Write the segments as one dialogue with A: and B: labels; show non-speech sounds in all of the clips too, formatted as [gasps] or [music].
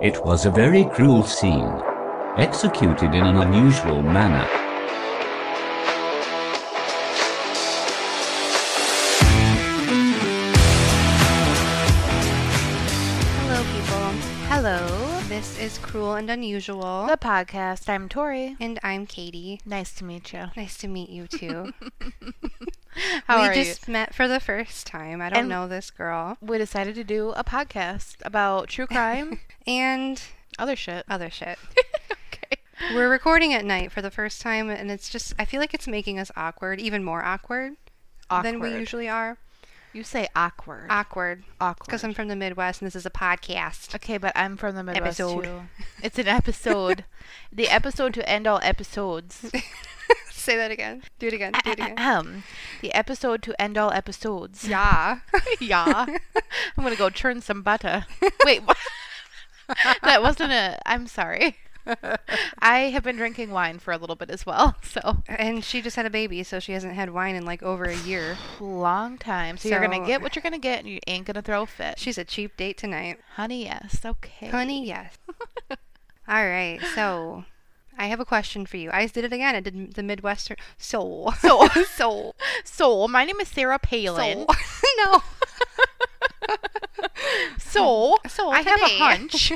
A: It was a very cruel scene, executed in an unusual manner.
B: Hello, people. Hello. This is Cruel and Unusual.
C: The podcast. I'm Tori.
B: And I'm Katie.
C: Nice to meet you.
B: Nice to meet you too. How
C: We
B: we just
C: just
B: met for the first time. I don't
C: And-
B: know this girl.
C: We decided to do a podcast
B: [laughs]
C: about true crime,
B: And
C: other shit. [laughs]
B: other shit.
C: okay.
B: We're recording at night for the first time, and it's just, I feel like it's making us awkward, even more awkward,
C: Awkward.
B: than we usually are.
C: You say awkward.
B: Awkward.
C: awkward.
B: Because I'm from the Midwest and this is a
C: [laughs]
B: podcast.
C: okay, but I'm from the Midwest
B: Episode.
C: too. It's an episode. the episode to end all
B: [laughs]
C: episodes.
B: Say that again. Do it again. Do it [laughs] again.
C: Ahem. the episode to end all
B: [laughs]
C: episodes.
B: yeah.
C: yeah. I'm gonna go churn some
B: [laughs]
C: butter. Wait. what? [laughs] that wasn't a. I'm sorry. I have been drinking wine for a little bit as well, [laughs] so
B: [laughs] And she just had a baby, so she hasn't had wine in like over a year.
C: long time. So, you're
B: So-
C: gonna get what you're gonna get, and you ain't gonna throw a fit.
B: She's a cheap date tonight.
C: Honey, yes, okay.
B: Honey, yes. [laughs] All right, so I have a question for you. I did it again. I did m- the Midwestern soul.
C: [laughs] So-
B: [laughs] soul.
C: So, my name is Sarah
B: Soul.
C: Palin.
B: [laughs] no.
C: So,
B: [laughs] So
C: I have a
B: today- [laughs]
C: hunch.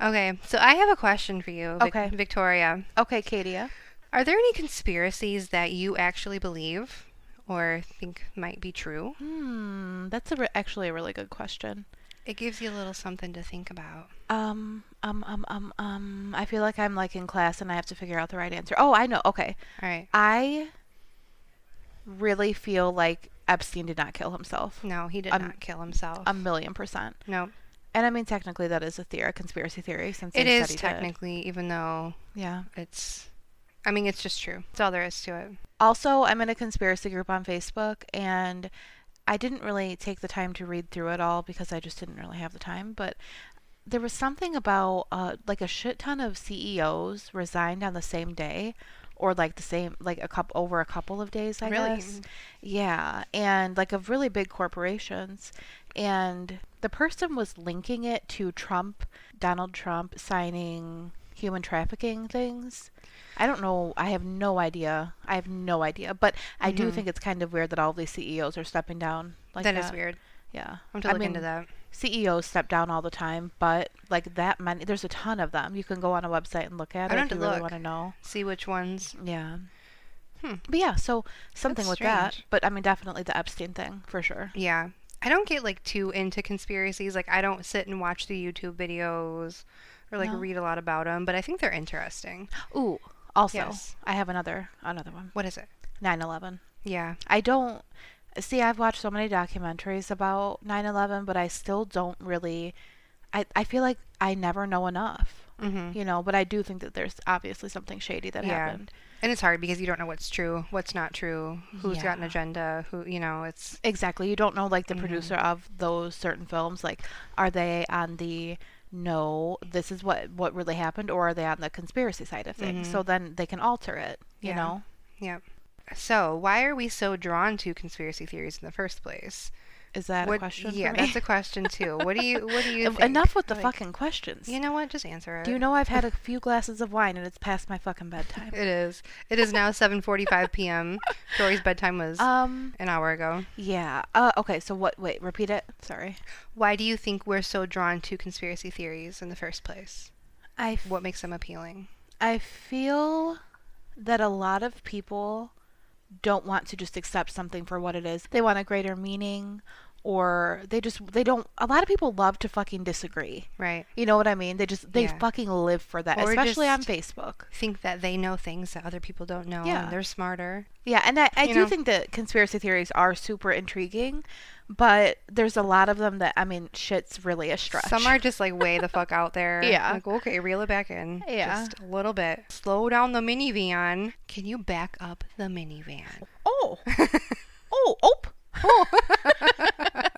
B: Okay, so I have a question for you, Vic-
C: Okay.
B: Victoria.
C: okay, Katia.
B: Are there any conspiracies that you actually believe or think might be true?
C: Hmm, that's a re- actually a really good question.
B: It gives you a little something to think about.
C: Um, um, um, um, um. I feel like I'm like in class, and I have to figure out the right answer. Oh, I know. Okay,
B: All right.
C: I really feel like Epstein did not kill himself.
B: No, he did
C: Um,
B: not kill himself.
C: A million percent.
B: no,
C: And I mean, technically, that is a theory, a conspiracy theory, since
B: it
C: they
B: is
C: studied
B: technically, even though
C: Yeah.
B: it's. I mean, it's just true. That's all there is to it.
C: Also, I'm in a conspiracy group on Facebook, and I didn't really take the time to read through it all because I just didn't really have the time. But there was something about uh, like a shit ton of CEOs resigned on the same day, or like the same, like a couple over a couple of days, I
B: Really?
C: guess. Yeah, and like of really big corporations, and the person was linking it to Trump, Donald Trump signing human trafficking things. I don't know. I have no idea. I have no idea. But I do think it's kind of weird that all these CEOs are stepping down. Like that
B: Mm-hmm. that is weird.
C: Yeah,
B: I'm to
C: I
B: look
C: mean,
B: into that.
C: CEOs step down all the time, but like that many. There's a ton of them. You can go on a website and look at
B: I'd
C: it
B: have
C: if
B: to
C: you really
B: look.
C: want to know.
B: See which ones.
C: Yeah.
B: Hmm.
C: But yeah, so something
B: That's
C: with that.
B: strange.
C: But I mean, definitely the Epstein thing for sure.
B: Yeah. I don't get like too into conspiracies. Like I don't sit and watch the YouTube videos or like
C: No.
B: read a lot about them, but I think they're
C: [gasps]
B: interesting.
C: Ooh, also,
B: Yes.
C: I have another another one.
B: What is it?
C: 9/11.
B: Yeah.
C: I don't see. I've watched so many documentaries about 9/11, but I still don't really. I I feel like I never know enough.
B: Mhm.
C: You know, but I do think that there's obviously something shady that
B: Yeah.
C: happened.
B: And it's hard because you don't know what's true, what's not true, who's got an
C: Yeah.
B: agenda, who, you know, it's
C: Exactly. You don't know like the producer
B: Mm-hmm.
C: of those certain films. Like, are they on the no? This is what what really happened, or are they on the conspiracy side of things? So then they can alter it. You
B: Mm-hmm. Yeah.
C: know.
B: yep. So, why are we so drawn to conspiracy theories in the first place?
C: Is that
B: What-
C: a question?
B: yeah,
C: for me?
B: that's
C: [laughs]
B: a question too. What do you what do you
C: En-
B: think?
C: Enough with the
B: Like,
C: fucking questions.
B: You know what? Just answer it.
C: Do you know I've had a few glasses of wine and it's past my
B: [laughs]
C: fucking bedtime?
B: It is. It is now 7:45 p.m. Tori's bedtime was
C: Um,
B: an hour ago.
C: yeah. Uh, okay, so what? Wait, repeat it. Sorry.
B: Why do you think we're so drawn to conspiracy theories in the first place?
C: I, f-
B: What makes them appealing?
C: I feel that a lot of people don't want to just accept something for what it is. They want a greater meaning or they just, they don't, a lot of people love to fucking disagree.
B: Right.
C: You know what I mean? They just, they
B: Yeah.
C: fucking live for that,
B: Or
C: especially
B: just-
C: on Facebook.
B: Think that they know things that other people don't know
C: Yeah.
B: and they're smarter.
C: Yeah, and I, I
B: You
C: do
B: know?
C: think that conspiracy theories are super intriguing, but there's a lot of them that I mean, shit's really a stretch.
B: Some are just like way the fuck out there.
C: [laughs] Yeah.
B: Like, okay, reel it back in.
C: Yeah.
B: Just a little bit. Slow down the minivan. Can you back up the minivan? [laughs]
C: oh, oh, oh, [laughs]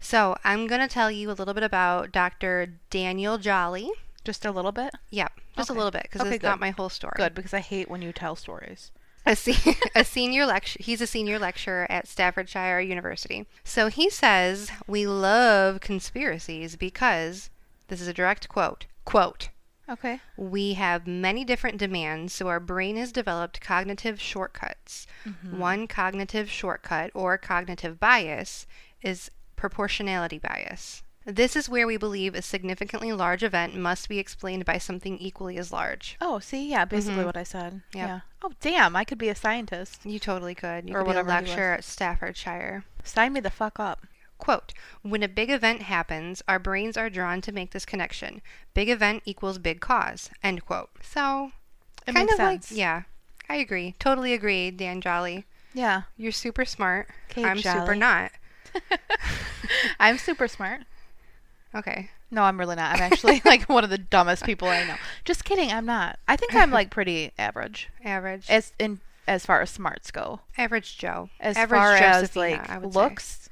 B: So I'm going to tell you a little bit about Dr. Daniel Jolly.
C: just a little bit.
B: Yep. Just a
C: Okay.
B: little bit because
C: Okay,
B: it's not
C: good.
B: my whole story.
C: Good because I hate when you tell stories.
B: a, se- [laughs] a senior lecturer. He's a senior lecturer at Staffordshire University. So he says we love conspiracies because This is a direct quote. Quote.
C: Okay.
B: We have many different demands, so our brain has developed cognitive shortcuts.
C: Mm-hmm.
B: One cognitive shortcut, or cognitive bias, is proportionality bias. This is where we believe a significantly large event must be explained by something equally as large.
C: Oh, see, yeah, basically what I said.
B: Mm-hmm. Yep.
C: Yeah. Oh, damn, I could be a scientist.
B: You totally could. You
C: Or
B: could be a
C: whatever he was.
B: lecturer at Staffordshire.
C: Sign me the fuck up.
B: Quote, when a big event happens, our brains are drawn to make this connection. Big event equals big cause, end quote. So,
C: It
B: kind
C: makes
B: of like,
C: sense.
B: yeah, I agree. Totally agree, Dan Jolly.
C: Yeah.
B: You're super smart.
C: Okay,
B: I'm super
C: Jolly.
B: not.
C: I'm super smart.
B: Okay.
C: No, I'm really not. I'm actually [laughs] like one of the dumbest people I know. Just kidding, I'm not. I think I'm like pretty average
B: Average.
C: as in as far as smarts go.
B: average Joe.
C: As
B: average
C: far as
B: Josephina, I
C: like
B: would say.
C: looks,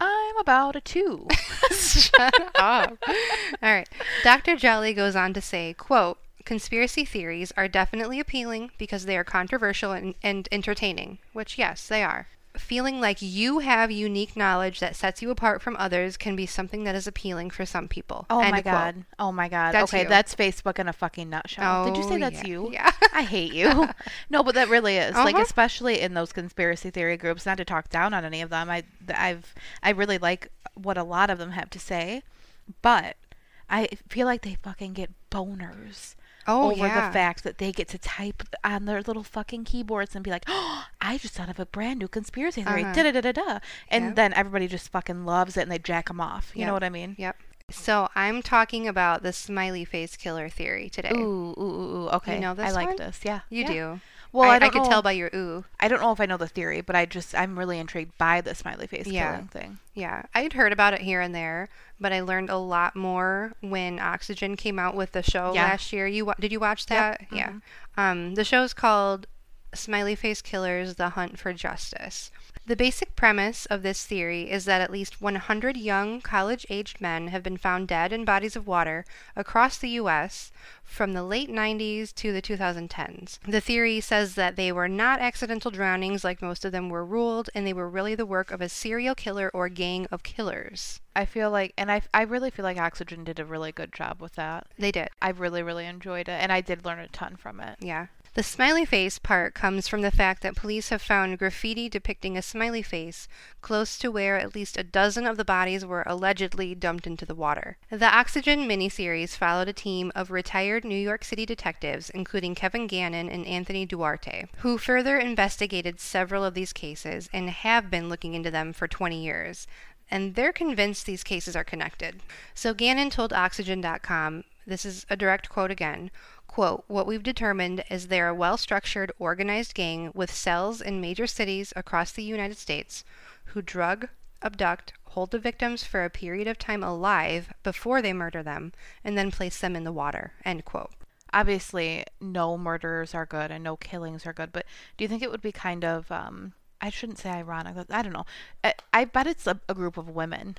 C: I'm about a 2.
B: [laughs] Shut up. All right. Dr. Jolly goes on to say, quote, conspiracy theories are definitely appealing because they are controversial and, and entertaining, which, yes, they are. Feeling like you have unique knowledge that sets you apart from others can be something that is appealing for some people.
C: Oh
B: End
C: my
B: quote.
C: god. Oh my god.
B: That's
C: okay,
B: you.
C: that's Facebook in a fucking nutshell. Did you
B: Oh,
C: say that's
B: yeah.
C: you?
B: Yeah. [laughs]
C: I hate you. [laughs] no, but that really is. Like
B: Uh-huh.
C: especially in those conspiracy theory groups, not to talk down on any of them. I th- I've I really like what a lot of them have to say, but I feel like they fucking get boners.
B: Oh,
C: over
B: yeah.
C: the fact that they get to type on their little fucking keyboards and be like, "Oh, I just thought of a brand new conspiracy theory."
B: Uh-huh.
C: Da da da da da. And
B: Yep.
C: then everybody just fucking loves it and they jack them off. You
B: Yep.
C: know what I mean?
B: Yep. So I'm talking about the smiley face killer theory today.
C: Ooh, ooh, ooh, ooh. Okay.
B: know
C: I
B: this
C: like
B: one?
C: this. Yeah.
B: You
C: yeah.
B: do.
C: Well, I,
B: I,
C: don't
B: could
C: know,
B: tell by your ooh.
C: I don't know if I know the theory, but I just I'm really intrigued by the smiley face
B: Yeah.
C: killing thing.
B: Yeah, I had heard about it here and there, but I learned a lot more when Oxygen came out with the show
C: Yeah.
B: last year. You wa- did you watch that? Yeah. Um, the show's called Smiley Face Killers: The Hunt for Justice. The basic premise of this theory is that at least 100 young college-aged men have been found dead in bodies of water across the U.S. from the late 90s to the 2010s. The theory says that they were not accidental drownings like most of them were ruled, and they were really the work of a serial killer or gang of killers.
C: I feel like, and I I really feel like Oxygen did a really good job with that.
B: They did.
C: I really really enjoyed it, and I did learn a ton from it.
B: Yeah. The smiley face part comes from the fact that police have found graffiti depicting a smiley face close to where at least a dozen of the bodies were allegedly dumped into the water. The Oxygen miniseries followed a team of retired New York City detectives, including Kevin Gannon and Anthony Duarte, who further investigated several of these cases and have been looking into them for 20 years and they're convinced these cases are connected. So Gannon told Oxygen.com, this is a direct quote again, quote, what we've determined is they're a well-structured, organized gang with cells in major cities across the United States who drug, abduct, hold the victims for a period of time alive before they murder them, and then place them in the water, end quote.
C: obviously no murders are good and no killings are good but do you think it would be kind of um i shouldn't say ironic that- i don't know i, I bet it's a, a group of women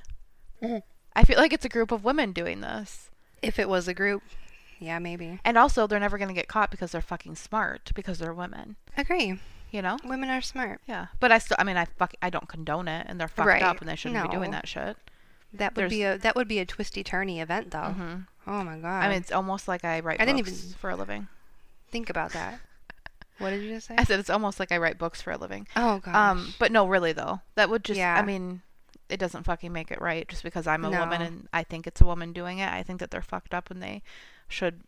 C: i feel like it's a group of women doing this
B: If it was a group, yeah, maybe.
C: and also they're never going to get caught because they're fucking smart because they're women
B: Agree.
C: you know
B: Women are smart.
C: yeah but i still i mean i fuck i don't condone it and they're fucked
B: Right.
C: up and they shouldn't be doing
B: No.
C: that shit
B: That would
C: There's- Mm-hmm.
B: be a that would be a twisty turny event though. Oh my god.
C: i mean it's almost like i write
B: I didn't
C: books
B: even-
C: for a living
B: think about that. What did you just say?
C: [laughs] i said it's almost like i write books for a living
B: Oh god.
C: Um, but no, really though, that would just,
B: Yeah.
C: I mean, it doesn't fucking make it right just because I'm a woman
B: No.
C: and I think it's a woman doing it. I think that they're fucked up and they should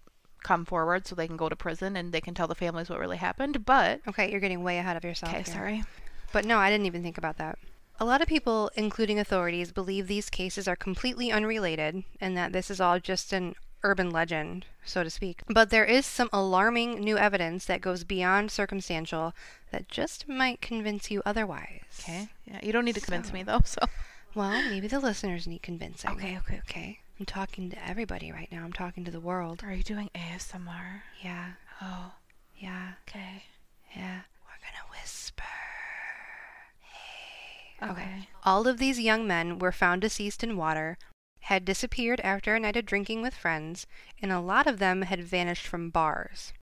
C: come forward so they can go to prison and they can tell the families what really happened. But,
B: okay, you're getting way ahead of yourself.
C: Oh, okay,
B: here.
C: sorry.
B: But no, I didn't even think about that. A lot of people, including authorities, believe these cases are completely unrelated and that this is all just an urban legend, so to speak. But there is some alarming new evidence that goes beyond circumstantial that just might convince you otherwise.
C: Okay. Yeah, you don't need to convince me though, [laughs] so.
B: Well, maybe the listeners need convincing.
C: Okay, okay,
B: okay. I'm talking to everybody right now. I'm talking to the world.
C: Are you doing ASMR?
B: Yeah,
C: Oh,
B: yeah,
C: okay.
B: yeah. We're gonna whisper.
C: Okay.
B: All of these young men were found deceased in water, had disappeared after a night of drinking with friends, and a lot of them had vanished from bars.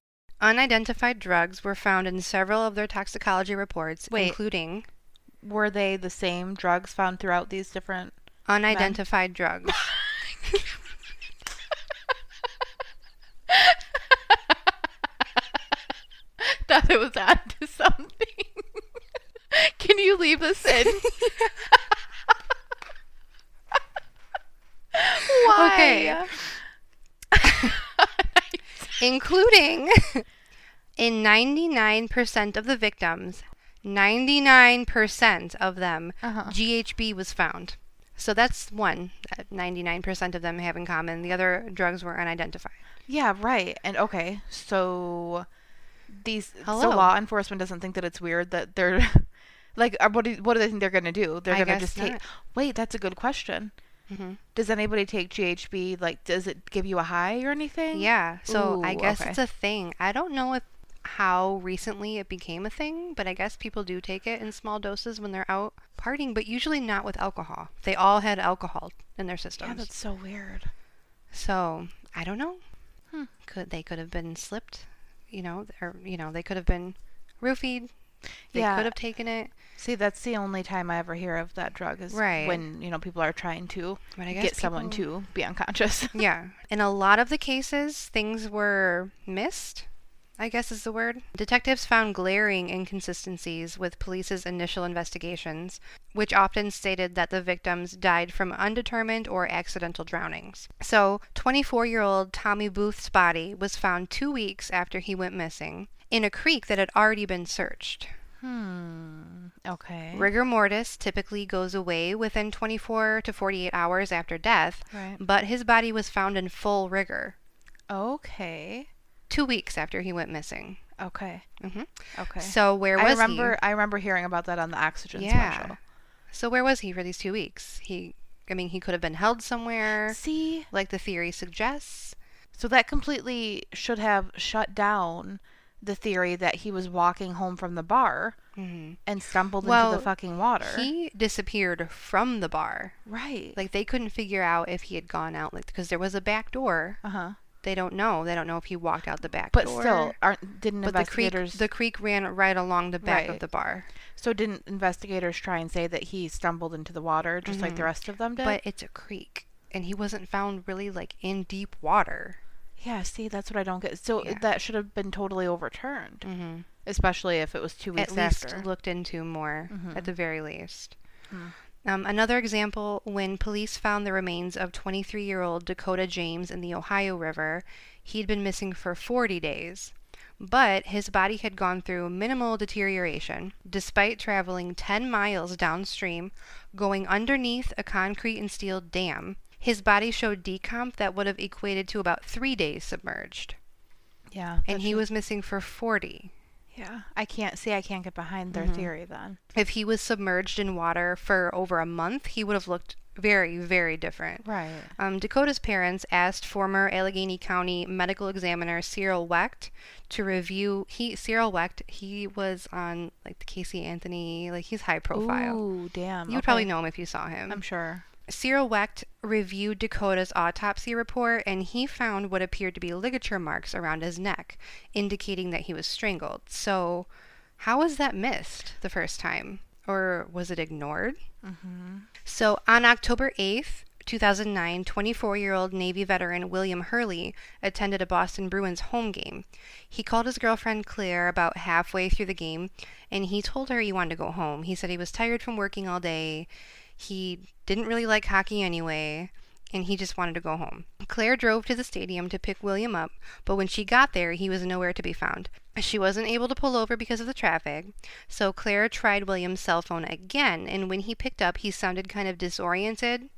B: Unidentified drugs were found in several of their toxicology reports,
C: Wait.
B: including
C: Were they the [laughs] same drugs found throughout these different?
B: unidentified drugs.
C: Thought it was on to something. [laughs] Can you leave this [laughs] in? Why?
B: Okay. including [laughs] in 99% of the victims, 99% of them,
C: Uh-huh.
B: GHB was found. So that's one that 99% of them have in common. The other drugs were unidentified.
C: Yeah, right. And okay, so these so
B: Hello.
C: law enforcement doesn't think that it's weird that they're [laughs] like uh, what do, what do they think they're going to do? They're
B: I
C: going to
B: guess
C: just take
B: not.
C: Wait, that's a good question.
B: Mhm.
C: Does anybody take GHB like does it give you a high or anything?
B: Yeah. So I
C: Ooh,
B: guess
C: okay.
B: it's a thing. I don't know if how recently it became a thing, but I guess people do take it in small doses when they're out partying, but usually not with alcohol. They all had alcohol in their systems.
C: Yeah, that's so weird.
B: So I don't know.
C: Hmm.
B: Could they could have been slipped, you know, or you know they could have been roofied. They
C: Yeah.
B: could have taken it,
C: See, that's the only time I ever hear of that drug is
B: Right.
C: when, you know, people are trying to
B: but I guess
C: get someone
B: people-
C: to be unconscious. [laughs]
B: Yeah, in a lot of the cases, things were missed. I guess is the word. Detectives found glaring inconsistencies with police's initial investigations, which often stated that the victims died from undetermined or accidental drownings. So, 24 year old Tommy Booth's body was found two weeks after he went missing in a creek that had already been searched.
C: hmm. Okay.
B: Rigor mortis typically goes away within 24 to 48 hours after death,
C: Right.
B: but his body was found in full rigor
C: Okay.
B: two weeks after he went missing.
C: Okay.
B: hmm
C: Okay.
B: So where was
C: I remember I remember hearing about that on the oxygen
B: he? Yeah.
C: special.
B: So where was he for these two weeks? He, I mean, he could have been held somewhere,
C: See?
B: like the theory suggests.
C: So that completely should have shut down the theory that he was walking home from the bar
B: Mhm.
C: and stumbled into
B: Well,
C: the fucking water.
B: He disappeared from the bar.
C: right.
B: Like they couldn't figure out if he had gone out, like because there was a back door.
C: uh-huh.
B: They don't know. They don't know if he walked out the back
C: But
B: door.
C: still aren't didn't
B: but the creek,
C: investigators
B: the creek ran right along the back
C: Right.
B: of the bar.
C: So didn't investigators try and say that he stumbled into the water just like the rest of them did?
B: Mm-hmm. But it's a creek, and he wasn't found really like in deep water.
C: yeah, see, that's what I don't get. So
B: Yeah.
C: that should have been totally overturned,
B: Mm-hmm.
C: especially if it was two weeks
B: at least
C: after. Mm-hmm. Hmm.
B: looked into more at the very least. Um, another example when police found the remains of 23 year old Dakota James in the Ohio River, he'd been missing for 40 days. But his body had gone through minimal deterioration despite traveling 10 miles downstream, going underneath a concrete and steel dam. His body showed decomp that would have equated to about three days submerged.
C: yeah,
B: And
C: that
B: he
C: should-
B: was missing for 40.
C: Yeah, I can't see. I can't get behind
B: Mm-hmm.
C: their theory then.
B: if he was submerged in water for over a month, he would have looked very, very different.
C: Right.
B: Um, Dakota's parents asked former Allegheny County medical examiner Cyril Wecht to review. He Cyril Wecht, he was on like the Casey Anthony, like he's high profile.
C: Ooh, damn.
B: You'd probably
C: okay.
B: know him if you saw him.
C: I'm sure.
B: Cyril Wecht reviewed Dakota's autopsy report and he found what appeared to be ligature marks around his neck, indicating that he was strangled. So, how was that missed the first time? Or was it ignored? So, on October 8th, 2009, 24 year old Navy veteran William Hurley attended a Boston Bruins home game. He called his girlfriend Claire about halfway through the game and he told her he wanted to go home. He said he was tired from working all day. He didn't really like hockey anyway and he just wanted to go home. Claire drove to the stadium to pick William up, but when she got there, he was nowhere to be found. She wasn't able to pull over because of the traffic, so Claire tried William's cell phone again, and when he picked up, he sounded kind of disoriented,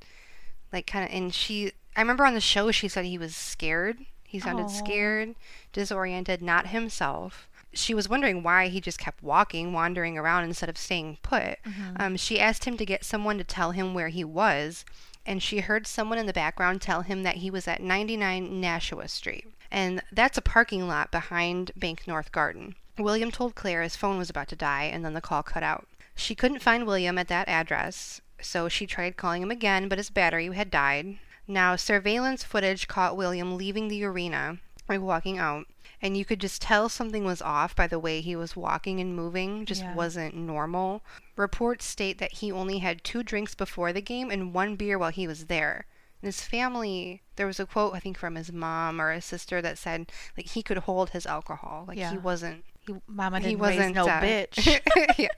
B: like kind of and she I remember on the show she said he was scared. He sounded
C: Aw.
B: scared, disoriented, not himself. She was wondering why he just kept walking, wandering around instead of staying put. Um, she asked him to get someone to tell him where he was, and she heard someone in the background tell him that he was at 99 Nashua Street. And that's a parking lot behind Bank North Garden. William told Claire his phone was about to die, and then the call cut out. She couldn't find William at that address, so she tried calling him again, but his battery had died. Now, surveillance footage caught William leaving the arena, like walking out, and you could just tell something was off by the way he was walking and moving, just
C: Yeah.
B: wasn't normal. Reports state that he only had two drinks before the game and one beer while he was there. And his family, there was a quote, I think, from his mom or his sister that said, like, he could hold his alcohol. Like,
C: Yeah.
B: he wasn't,
C: He, Mama didn't
B: he wasn't
C: raise no
B: uh, [laughs]
C: bitch. [laughs]
B: yeah.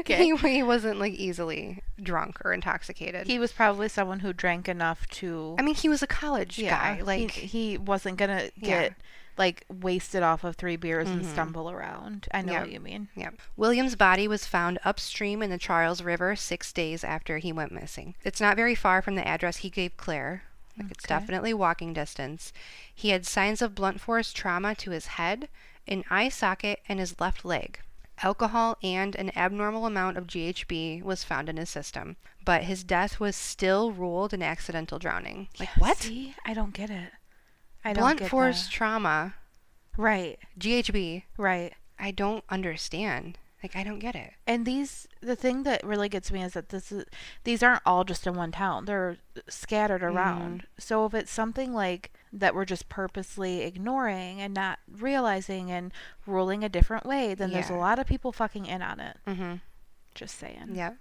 C: Okay.
B: he, he wasn't like easily drunk or intoxicated.
C: He was probably someone who drank enough to.
B: I mean, he was a college
C: yeah,
B: guy. Like
C: he, he wasn't gonna
B: Yeah. Mm-hmm.
C: get like wasted off of three beers and stumble around. I know
B: Yeah.
C: what you mean.
B: Yep. William's body was found upstream in the Charles River six days after he went missing. It's not very far from the address he gave Claire. Like it's
C: Okay.
B: definitely walking distance. He had signs of blunt force trauma to his head, an eye socket, and his left leg. Alcohol and an abnormal amount of GHB was found in his system, but his death was still ruled an accidental drowning. Like what?
C: See, I don't get it. I don't
B: Blunt
C: get
B: force trauma,
C: the- Right,
B: GHB.
C: right.
B: I don't understand. Like I don't get it.
C: And these, the thing that really gets me is that this is these aren't all just in one town. They're scattered
B: Mm-hmm.
C: around. So if it's something like that, we're just purposely ignoring and not realizing and ruling a different way, then there's a
B: Yeah.
C: lot of people fucking in on it.
B: Mhm.
C: Just saying.
B: Yep.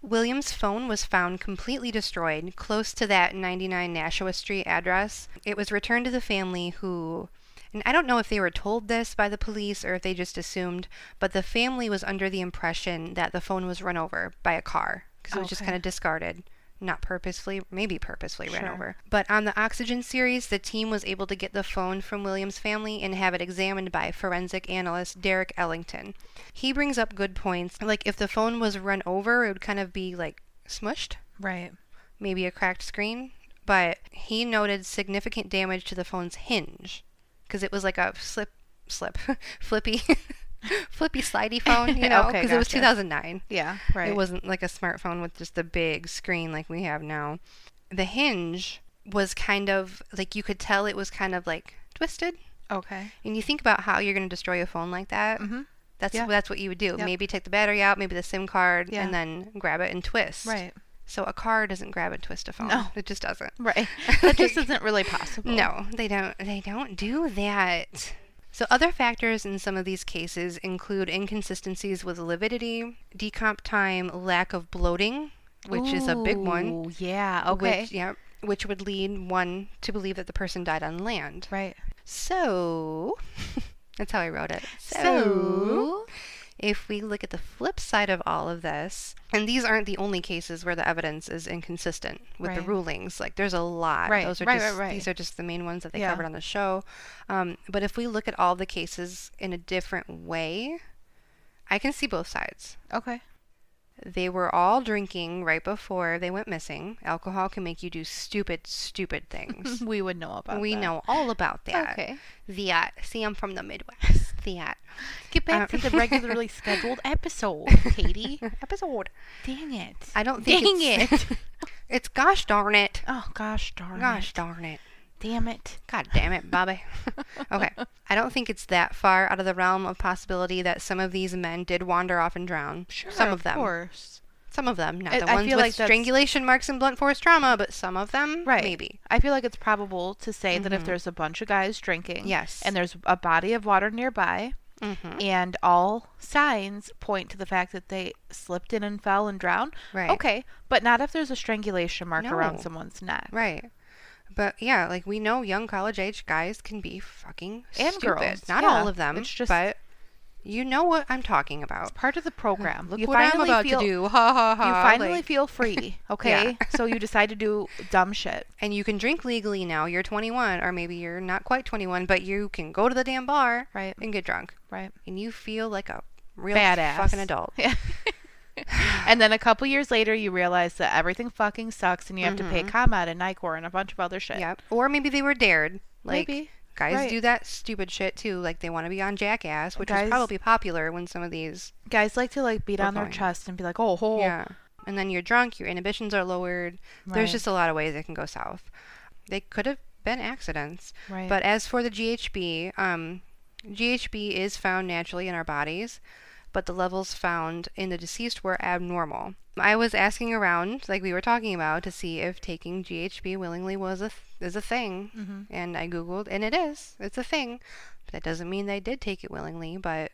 B: William's phone was found completely destroyed close to that 99 Nashua Street address. It was returned to the family who, and I don't know if they were told this by the police or if they just assumed, but the family was under the impression that the phone was run over by a car because it was just
C: Okay.
B: kind of discarded. Not purposefully, maybe purposefully ran
C: Sure.
B: over. But on the Oxygen series, the team was able to get the phone from Williams' family and have it examined by forensic analyst Derek Ellington he brings up good points. Like if the phone was run over, it would kind of be like smushed,
C: Right.
B: maybe a cracked screen. But he noted significant damage to the phone's hinge because it was like a slip, slip, [laughs] flippy, flippy slidey phone,
C: [laughs]
B: you know, because
C: Okay,
B: it was
C: gotcha.
B: 2009.
C: Yeah. Right.
B: It wasn't like a smartphone with just a big screen like we have now. The hinge was kind of like you could tell it was kind of like twisted.
C: okay.
B: And you think about how you're going to destroy a phone like that.
C: Mhm.
B: That's
C: Yeah.
B: that's what you would do.
C: Yep.
B: Maybe take the battery out, maybe the SIM card,
C: Yeah.
B: and then grab it and twist.
C: Right.
B: So a car doesn't grab and twist a phone.
C: No.
B: It just doesn't. [laughs]
C: Right. That just isn't really possible.
B: No, they don't. They don't do that. So other factors in some of these cases include inconsistencies with lividity, decomp time, lack of bloating, which is a big one.
C: Ooh, Yeah. Okay.
B: Which, yeah, which would lead one to believe that the person died on land.
C: right.
B: So, [laughs] that's how I wrote it.
C: So-
B: So, if we look at the flip side of all of this, and these aren't the only cases where the evidence is inconsistent with the
C: Right.
B: rulings. Like, there's a lot.
C: Right,
B: Those are
C: right,
B: just,
C: right, right.
B: These are just the main ones that they
C: Yeah.
B: covered on the show. Um, but if we look at all the cases in a different way, I can see both sides.
C: Okay.
B: They were all drinking right before they went missing. Alcohol can make you do stupid, stupid
C: [laughs]
B: things.
C: We would know about.
B: we
C: that.
B: know all about that.
C: Okay.
B: The uh, see, I'm from the Midwest. [laughs] The uh,
C: Get back
B: Um,
C: to
B: [laughs]
C: the regularly scheduled episode, Katie.
B: episode.
C: Dang it.
B: I don't think.
C: Dang
B: it's,
C: [laughs] it.
B: it's gosh darn it.
C: oh gosh darn.
B: Gosh
C: it.
B: darn it.
C: Damn it.
B: God damn it,
C: [laughs]
B: Bobby. okay. I don't think it's that far out of the realm of possibility that some of these men did wander off and drown. Some of, them.
C: Of course.
B: Some of them. Not
C: I-
B: the
C: I
B: ones
C: feel
B: with
C: like that's-
B: strangulation marks and blunt force trauma, but some of them.
C: Right.
B: Maybe.
C: I feel like it's probable to say that if there's a bunch of guys drinking,
B: Mm-hmm. Yes.
C: and there's a body of water nearby,
B: Mm-hmm.
C: and all signs point to the fact that they slipped in and fell and drowned.
B: Right.
C: Okay, but not if there's a strangulation mark around
B: No.
C: someone's neck.
B: Right. But yeah, like we know young college age guys can be fucking
C: And
B: stupid.
C: girls,
B: Not
C: yeah.
B: all of them.
C: It's just-
B: but you know what I'm talking about.
C: It's part of the program. Look
B: you
C: what
B: finally
C: I'm about
B: feel,
C: to do.
B: do. Ha ha ha.
C: You finally
B: like- [laughs]
C: feel free, okay? so you decide to do dumb shit.
B: and you can drink legally now. You're 21, or maybe you're not quite 21, but you can go to the damn bar
C: Right.
B: and get drunk,
C: Right.
B: and you feel like a real
C: Badass. [laughs]
B: fucking adult. [sighs]
C: Yeah. and then a couple years later, you realize that everything fucking sucks and you have
B: Mm-hmm.
C: to pay ComEd and NICOR and a bunch of other shit.
B: Yep. Or maybe they were dared. Like
C: Maybe.
B: guys
C: Right.
B: do that stupid shit too. Like they want to be on Jackass, which
C: Guys-
B: was probably popular when some of these.
C: Guys like to like beat
B: We're
C: on their
B: going.
C: chest and be like, oh, ho.
B: Yeah. And then you're drunk. Your inhibitions are lowered.
C: Right.
B: There's just a lot of ways it can go south. They could have been accidents.
C: Right.
B: But as for the GHB, um, GHB is found naturally in our bodies, but the levels found in the deceased were abnormal. I was asking around, like we were talking about, to see if taking GHB willingly was a th- is a thing,
C: Mm-hmm.
B: and I googled, and it is. It's a thing. But that doesn't mean they did take it willingly, but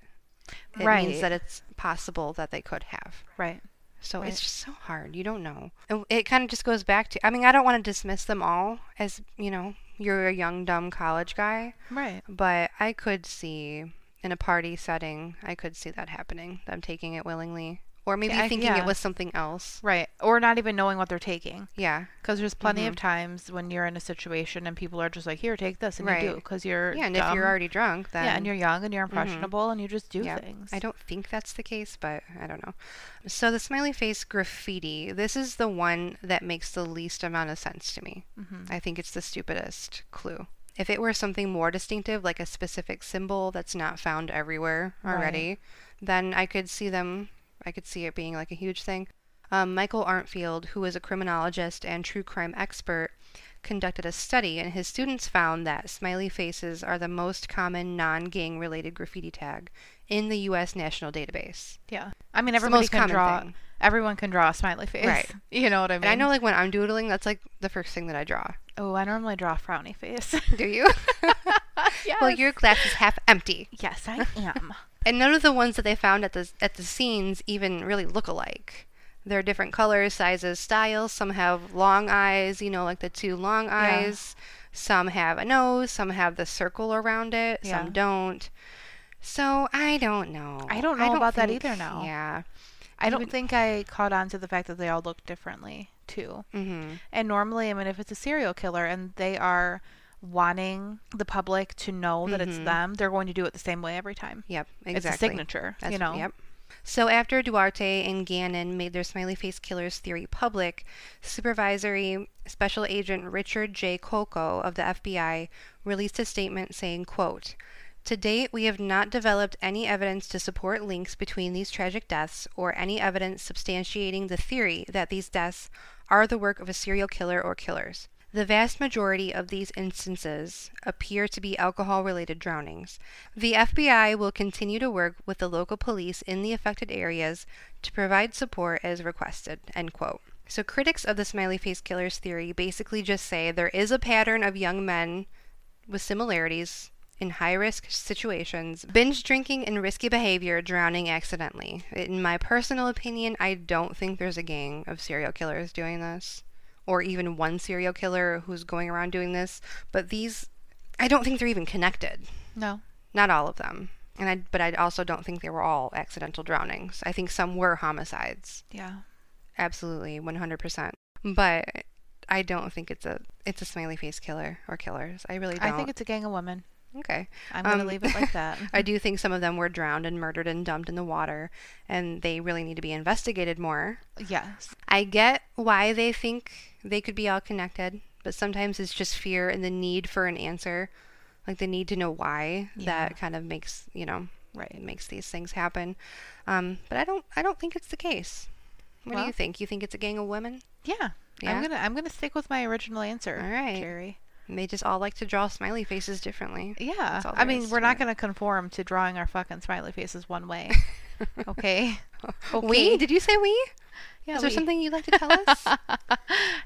B: it
C: Right.
B: means that it's possible that they could have.
C: Right.
B: So
C: Right.
B: it's just so hard. You don't know. And It kind of just goes back to. I mean, I don't want to dismiss them all as you know, you're a young dumb college guy
C: Right.
B: but I could see in a party setting, I could see that happening. Them taking it willingly, or maybe
C: I-
B: thinking
C: yeah.
B: it was something else.
C: Right. Or not even knowing what they're taking.
B: Yeah,
C: Because there's plenty
B: Mm-hmm.
C: of times when you're in a situation and people are just like, here, take this. And you do.
B: Right.
C: Because you're.
B: yeah. And if you're
C: dumb.
B: already drunk, then
C: Yeah, and you're young and you're impressionable and you just do
B: Yeah,
C: things.
B: I don't think that's the case, but I don't know. So the smiley face graffiti, this is the one that makes the least amount of sense to me.
C: Mm-hmm.
B: I think it's the stupidest clue. If it were something more distinctive, like a specific symbol that's not found everywhere already, then I could see them. I could see it being like a huge thing. Um, Michael Arntfield, who is a criminologist and true crime expert, conducted a study, and his students found that smiley faces are the most common non gang related graffiti tag in the U.S. National Database.
C: Yeah. I mean,
B: It's the
C: everybody
B: most
C: can
B: common
C: draw.
B: thing.
C: Everyone can draw a smiley face.
B: Right.
C: [laughs] You know what I mean?
B: And I know, like, when I'm doodling, that's like the first thing that I draw.
C: Oh, I normally draw a frowny face. [laughs]
B: Do you? [laughs] Well, your glass is half empty.
C: Yes, [laughs] I am.
B: And none of the ones that they found at the at the scenes even really look alike. They're different colors, sizes, styles. Some have long eyes, you know, like the two long eyes. Some have a nose. Some have the circle around it.
C: Yeah.
B: Some don't. So I don't know.
C: I don't know about that either now.
B: Yeah.
C: I don't think I caught on to the fact that they all look differently, too.
B: Mm-hmm.
C: And normally, I mean, if it's a serial killer and they are wanting the public to know that
B: Mm-hmm.
C: it's them, they're going to do it the same way every time.
B: Yep. Exactly.
C: It's a signature, you know.
B: Yep. So after Duarte and Gannon made their smiley face killers theory public, supervisory special agent Richard J. Coco of the FBI released a statement saying, quote, to date, we have not developed any evidence to support links between these tragic deaths or any evidence substantiating the theory that these deaths are the work of a serial killer or killers. The vast majority of these instances appear to be alcohol related drownings. The FBI will continue to work with the local police in the affected areas to provide support as requested. End quote. So, critics of the smiley face killers theory basically just say there is a pattern of young men with similarities in high risk situations, binge drinking and risky behavior, drowning accidentally. In my personal opinion, I don't think there's a gang of serial killers doing this, or even one serial killer who's going around doing this, but these, I don't think they're even connected.
C: No.
B: Not all of them. And I, but I also don't think they were all accidental drownings. I think some were homicides.
C: Yeah.
B: Absolutely, 100%. But I don't think it's a it's a smiley face killer or killers. I really don't.
C: I think it's a gang of women.
B: Okay.
C: I'm going to
B: Um,
C: leave it like that.
B: [laughs] I do think some of them were drowned and murdered and dumped in the water, and they really need to be investigated more.
C: yes.
B: I get why they think they could be all connected, but sometimes it's just fear and the need for an answer, like the need to know why that kind of makes, you know,
C: Right.
B: makes these things happen. Um, but I don't I don't think it's the case. What do
C: Well-
B: you think? You think it's a gang of women?
C: Yeah.
B: Yeah?
C: I'm going to I'm going to stick with my original answer.
B: All right.
C: Jerry.
B: And they just all like to draw smiley faces
C: [laughs]
B: differently.
C: Yeah.
B: all
C: I
B: there
C: mean,
B: is
C: we're
B: to
C: not
B: it.
C: going to conform to drawing our fucking smiley faces
B: [laughs]
C: one way. Oh, okay. [laughs]
B: We? Did you say we?
C: Yeah,
B: Is there
C: we-
B: something you'd like to tell
C: [laughs]
B: us?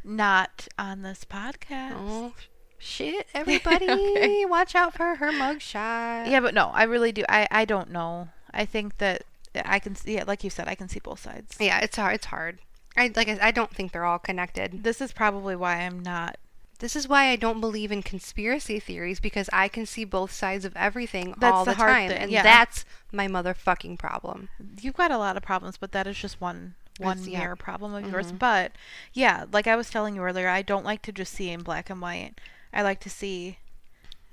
C: Not on this podcast.
B: Oh, [laughs] shit, everybody.
C: Okay.
B: Watch out for her mugshot.
C: Yeah, but no, I really do. I I don't know. I think that I can see. Yeah, like you said, I can see both sides.
B: Yeah, it's hard. It's hard. I, like I, s- I don't think they're all connected.
C: This is probably why I'm not.
B: This is why I don't believe in conspiracy theories because I can see both sides of everything
C: That's
B: all
C: the
B: the,
C: hard
B: time,
C: thing,
B: and
C: yeah.
B: that's my motherfucking
C: [laughs]
B: problem.
C: You've got a lot of problems, but that is just one one
B: That's- yeah. Mm-hmm.
C: mirror problem of yours. But yeah, like I was telling you earlier, I don't like to just see in black and white. I like to see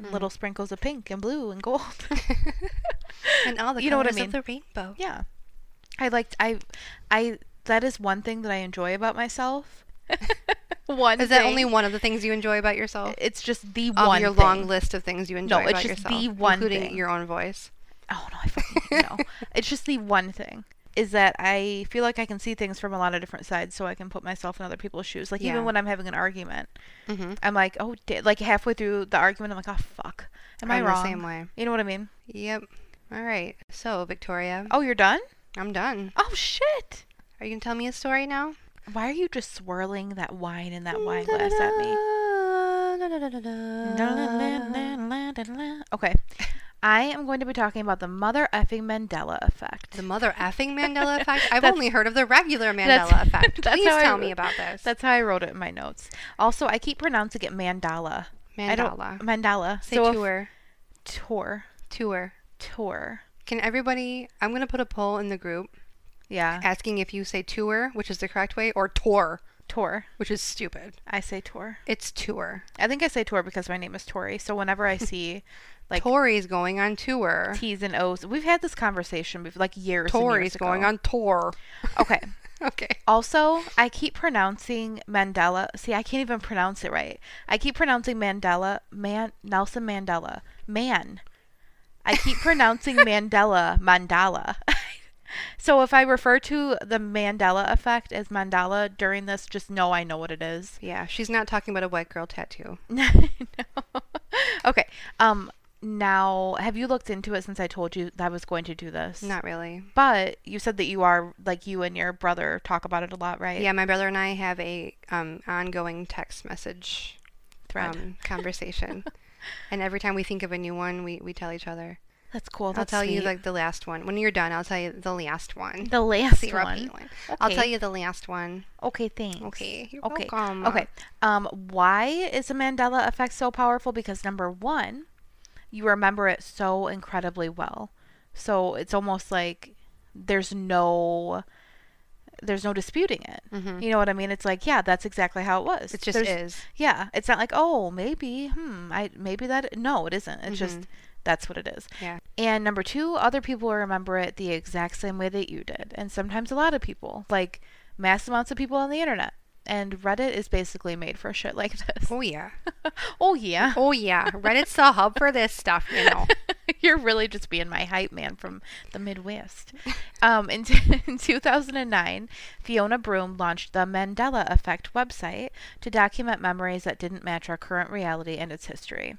B: Mm.
C: little sprinkles of pink and blue and gold.
B: [laughs] And all the
C: [laughs] You know what I
B: colors
C: mean.
B: of the rainbow.
C: yeah, [laughs] I liked. I I that is one thing that I enjoy about myself. one
B: Is that
C: thing.
B: only [laughs] one of the things you enjoy about yourself?
C: It's just the
B: Of
C: one
B: your
C: thing.
B: long list of things you enjoy
C: it's
B: about
C: just the
B: yourself,
C: one
B: including
C: thing.
B: your own voice.
C: Oh no, I fucking
B: [laughs]
C: hate- no. It's just the one thing is that I feel like I can see things from a lot of different sides, so I can put myself in other people's shoes. Like
B: Yeah.
C: even when I'm having an argument, I'm like, oh, da-, like halfway through the argument, I'm like, oh fuck, am I
B: I'm
C: wrong?
B: the same way.
C: You know what I mean?
B: Yep. All right. So, Victoria,
C: Oh, you're done?
B: I'm done.
C: Oh shit!
B: Are you going to tell me a story now?
C: Why are you just swirling that wine in that wine glass at me? Okay, I am going to be talking about the mother effing Mandela effect.
B: [laughs] The mother effing Mandela
C: [laughs]
B: effect? I've
C: That's-
B: only heard of the regular
C: That's- [laughs]
B: Mandela effect.
C: that's
B: Please
C: how I
B: tell
C: wrote-
B: me about this.
C: That's how I wrote it in my notes. Also, I keep pronouncing it mandala. I don't,
B: Mandala.
C: mandala.
B: Say
C: so if-
B: tour.
C: tour.
B: Tour.
C: tour.
B: Can everybody? I'm going to put a poll in the group
C: Yeah.
B: asking if you say tour, which is the correct way, or tour,
C: Tour.
B: which is stupid.
C: I say tour.
B: It's tour.
C: I think I say tour because my name is Tori. So whenever
B: [laughs]
C: I see like
B: Tori's going on tour.
C: T's and O's, we've had this conversation before, like years. and years
B: Tori's going
C: ago.
B: on tour. [laughs]
C: Okay.
B: Okay.
C: Also, I keep pronouncing Mandela. See, I can't even pronounce it right. I keep pronouncing Mandela, man, Nelson Mandela, man. I
B: [laughs]
C: keep pronouncing Mandela, Mandala. [laughs] so if I refer to the Mandela effect as Mandala during this, just know I know what it is.
B: Yeah, she's not talking about a white girl tattoo.
C: no. Okay. Um. Now, have you looked into it since I told you that I was going to do this?
B: Not really.
C: But you said that you are like you and your brother talk about it a lot, right?
B: Yeah, my brother and I have a um, ongoing text message
C: Thread.
B: um,
C: [laughs]
B: conversation, and every time we think of a new one, we, we tell each other.
C: That's cool.
B: I'll
C: That's
B: tell you
C: sweet.
B: like the last one. When you're done, I'll tell you the last one.
C: the last
B: The
C: one.
B: one. I'll tell
C: Okay.
B: you the last one.
C: Okay, thanks.
B: Okay, you're
C: okay.
B: welcome.
C: Okay. Um, why is the Mandela effect so powerful? Because number one, you remember it so incredibly well. So it's almost like there's no there's no disputing it. You know what I mean? It's like, yeah, that's exactly how it was.
B: Mm-hmm. It just
C: There's-
B: is.
C: Yeah. It's not like, oh, maybe, hmm, I maybe that no, it isn't. It's just that's what it is.
B: Mm-hmm. Yeah.
C: And number two, other people will remember it the exact same way that you did. And sometimes a lot of people, like mass amounts of people on the internet. And Reddit is basically made for shit like this.
B: Oh yeah.
C: [laughs] oh, yeah.
B: [laughs] Oh yeah. Reddit's the hub for this stuff, you
C: [laughs]
B: know.
C: You're really just being my hype man from the Midwest. Um, in, [laughs] t- in 2009, Fiona Broom launched the Mandela Effect website to document memories that didn't match our current reality and its history.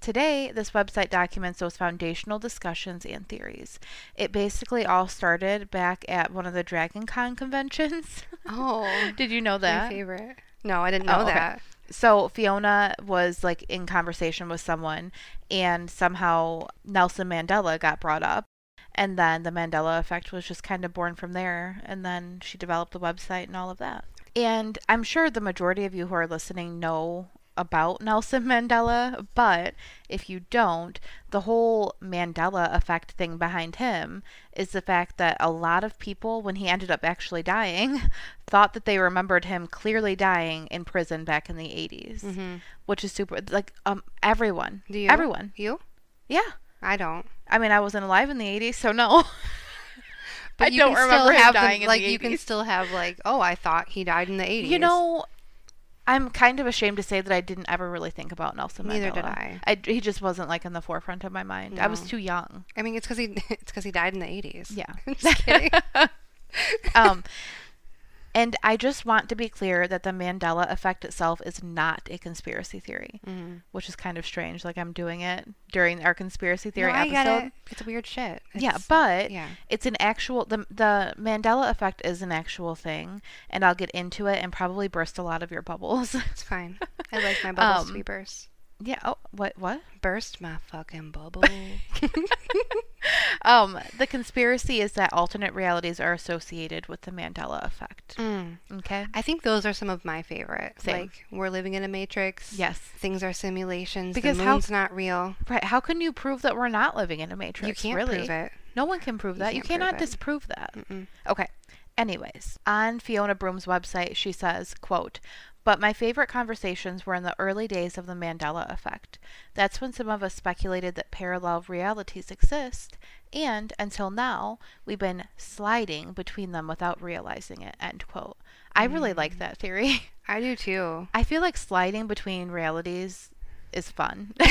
C: Today, this website documents those foundational discussions and theories. It basically all started back at one of the Dragon Con conventions. [laughs]
B: Oh,
C: Did you know that?
B: my favorite. No, I didn't know
C: Oh, okay.
B: that.
C: So Fiona was like in conversation with someone, and somehow Nelson Mandela got brought up. And then the Mandela effect was just kind of born from there. And then she developed the website and all of that. And I'm sure the majority of you who are listening know about Nelson [laughs] Mandela, but if you don't, the whole Mandela effect thing behind him is the fact that a lot of people, when he ended up actually dying, [laughs] thought that they remembered him clearly dying in prison back in the 80s, which is super. Like, um, everyone.
B: Mm-hmm. Do you?
C: Everyone.
B: You?
C: Yeah.
B: I don't.
C: I mean, I wasn't alive in the 80s, so no. [laughs]
B: But
C: I
B: you
C: don't
B: can
C: remember him
B: still have the-
C: dying in
B: like
C: the
B: you can
C: 80s.
B: still have like, oh, I thought he died in the 80s.
C: You know, I'm kind of ashamed to say that I didn't ever really think about Nelson Mandela.
B: Neither did I.
C: He just wasn't like in the forefront of my mind. I was
B: No.
C: too young.
B: I mean, it's cuz he [laughs] it's cuz he died in the 80s. [laughs]
C: Yeah.
B: Just kidding.
C: [laughs] um, and I just want to be clear that the Mandela effect itself is not a conspiracy theory,
B: Mm-hmm.
C: which is kind of strange. Like I'm doing it during our conspiracy theory
B: No, I
C: episode.
B: get it. It's weird shit.
C: yeah,
B: It's-
C: but
B: yeah.
C: it's an actual the the Mandela effect is an actual thing, and I'll get into it and probably burst a lot of your bubbles. [laughs]
B: It's fine. I like my bubbles to
C: Um,
B: be burst.
C: yeah. Oh, what what?
B: Burst my fucking
C: [laughs]
B: bubble.
C: Um, the conspiracy is that alternate realities are associated with the Mandela effect.
B: Mm.
C: Okay.
B: I think those are some of my favorite.
C: Same.
B: Like we're living in a matrix.
C: Yes.
B: Things are simulations.
C: Because
B: the
C: how-
B: moon's not real.
C: Right. How can you prove that we're not living in a matrix?
B: You can't
C: really?
B: prove it.
C: No one can prove that. You,
B: can't prove
C: cannot
B: it.
C: disprove that. Okay. Anyways, on Fiona Broom's website, she says, quote, but my favorite conversations were in the early days of the Mandela effect. That's when some of us speculated that parallel realities exist, and until now, we've been sliding between them without realizing it. End quote. I really
B: Mm.
C: like that theory. [laughs]
B: I do too.
C: I feel like sliding between realities is fun. [laughs]
B: [laughs]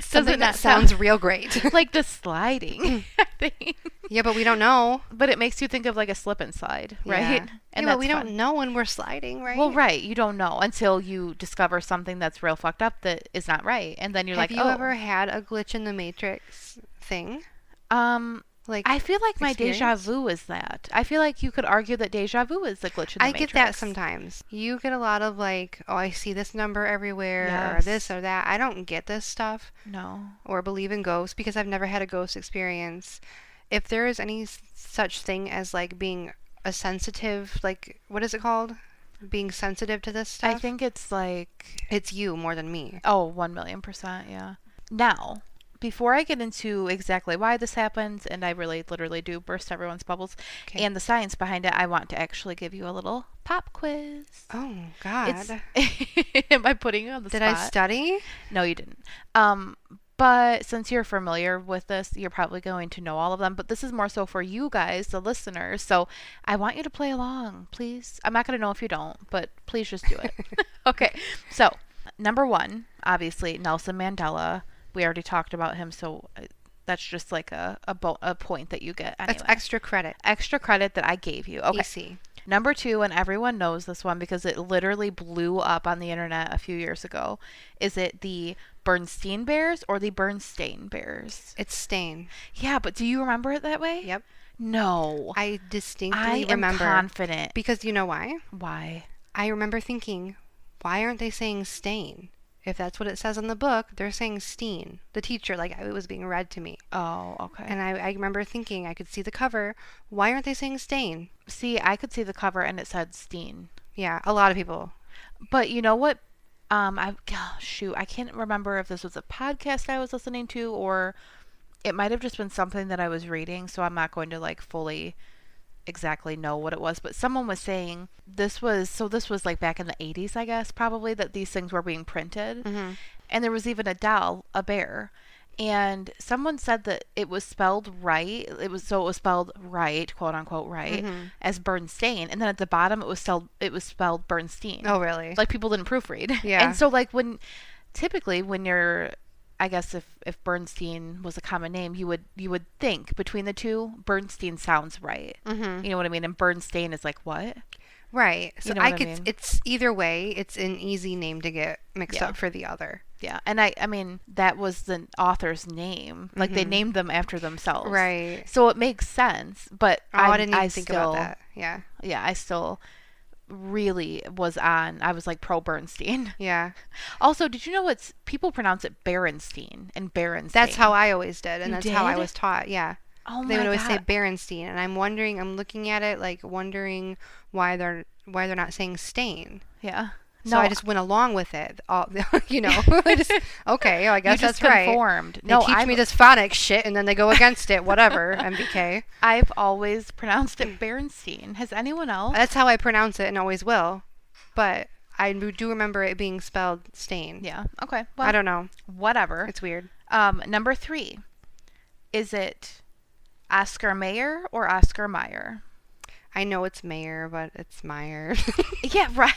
B: Something
C: Doesn't
B: that
C: that sound-
B: sounds Mm. real great.
C: [laughs] like the [laughs] sliding thing.
B: [laughs] yeah, but we don't know.
C: But it makes you think of like a slip and slide, right?
B: Yeah.
C: And
B: yeah, but we don't know when we're sliding, right?
C: Well, right, you don't know until you discover something that's real fucked up that is not right, and then you're
B: Have
C: like,
B: you
C: "Oh,
B: ever had a glitch in the matrix thing?
C: um."
B: Like
C: I feel like my deja
B: experience?
C: vu is that. I feel like you could argue that deja vu is the glitch in the
B: I get that
C: matrix.
B: sometimes. You get a lot of like, oh, I see this number everywhere, or
C: Yes.
B: this or that. I don't get this stuff.
C: No,
B: or believe in ghosts because I've never had a ghost experience. If there is any s- such thing as like being a sensitive, like what is it called? Being sensitive to this stuff.
C: I think it's like
B: it's you more than me.
C: oh, one million percent, yeah. Now, before I get into exactly why this happens, and I really literally do burst everyone's bubbles,
B: Okay.
C: and the science behind it, I want to actually give you a little pop quiz.
B: Oh God.
C: It's- [laughs] am I putting you on the
B: Did
C: spot?
B: I study?
C: No, you didn't. Um, but since you're familiar with this, you're probably going to know all of them. But this is more so for you guys, the listeners. So I want you to play along, please. I'm not going to know if you don't, but please just do it. [laughs] okay. So, number one, obviously, Nelson Mandela. We already talked about him. So uh, that's just like a, a, bo- a point that you get. Anyway.
B: That's extra credit. E
C: extra credit that I gave you. Okay.
B: Easy.
C: Number two, and everyone knows this one because it literally blew up on the internet a few years ago. Is it the Bernstein Bears or the Bernstein Bears?
B: It's stain.
C: Yeah, but do you remember it that way?
B: Yep.
C: No.
B: I distinctly
C: I am
B: remember
C: confident.
B: because you know why?
C: Why?
B: I remember thinking, why aren't they saying stain? If that's what it says on the book, they're saying steen. The teacher, like it was being read to me,
C: Oh, okay.
B: and I, I remember thinking I could see the cover. Why aren't they saying stain?
C: See, I could see the cover and it said Steen.
B: Yeah, a lot of people.
C: But you know what? Um, I oh, shoot, I can't remember if this was a podcast I was listening to or it might have just been something that I was reading, so I'm not going to like fully exactly know what it was, but someone was saying this was so this was like back in the 80s, I guess, probably that these things were being printed. And there was even a doll, a bear. And someone said that it was spelled right. It was so it was spelled right, quote unquote right, as Bernstein. And then at the bottom it was spelled it was spelled Bernstein
B: Oh, really?
C: [laughs] like people didn't proofread.
B: Yeah.
C: And so like when typically when you're I guess if if Bernstein was a common name, you would you would think between the two, Bernstein sounds right. Mm-hmm. You know what I mean? And Bernstein is like what?
B: right. So
C: know
B: I
C: what I
B: could.
C: mean.
B: It's either way. It's an easy name to get mixed
C: Yeah.
B: up for the other.
C: Yeah. And I I mean that was the author's name. Like they named them after themselves.
B: Mm-hmm. Right.
C: So it makes sense, but
B: Oh,
C: I'm-
B: I didn't even think about
C: still-
B: that. Yeah.
C: Yeah, I still really was on. I was like pro Bernstein.
B: Yeah.
C: [laughs] Also, did you know it's people pronounce it Berenstein and Berenstein?
B: That's how I always did, and
C: You
B: that's how I
C: did?
B: was taught. Yeah.
C: Oh
B: they
C: my
B: would always say
C: God.
B: Berenstein, and I'm wondering, I'm looking at it like wondering why they're why they're not saying stain.
C: Yeah.
B: So I just went along with it. All [laughs] you know,
C: [laughs]
B: I just okay. I guess
C: just
B: that's right.
C: conformed.
B: They
C: No,
B: teach
C: I've-
B: me this phonics shit, and then they go against it.
C: [laughs]
B: Whatever, MBK.
C: I've always pronounced it Bernstein. Has anyone else?
B: That's how I pronounce it, and always will. But I do remember it being spelled stain.
C: yeah. Okay. Well,
B: I don't know.
C: whatever.
B: It's weird.
C: Um, number three, is it Oscar Mayer or Oscar Meyer?
B: I know it's Mayer, but it's Meyer. [laughs]
C: Yeah, right.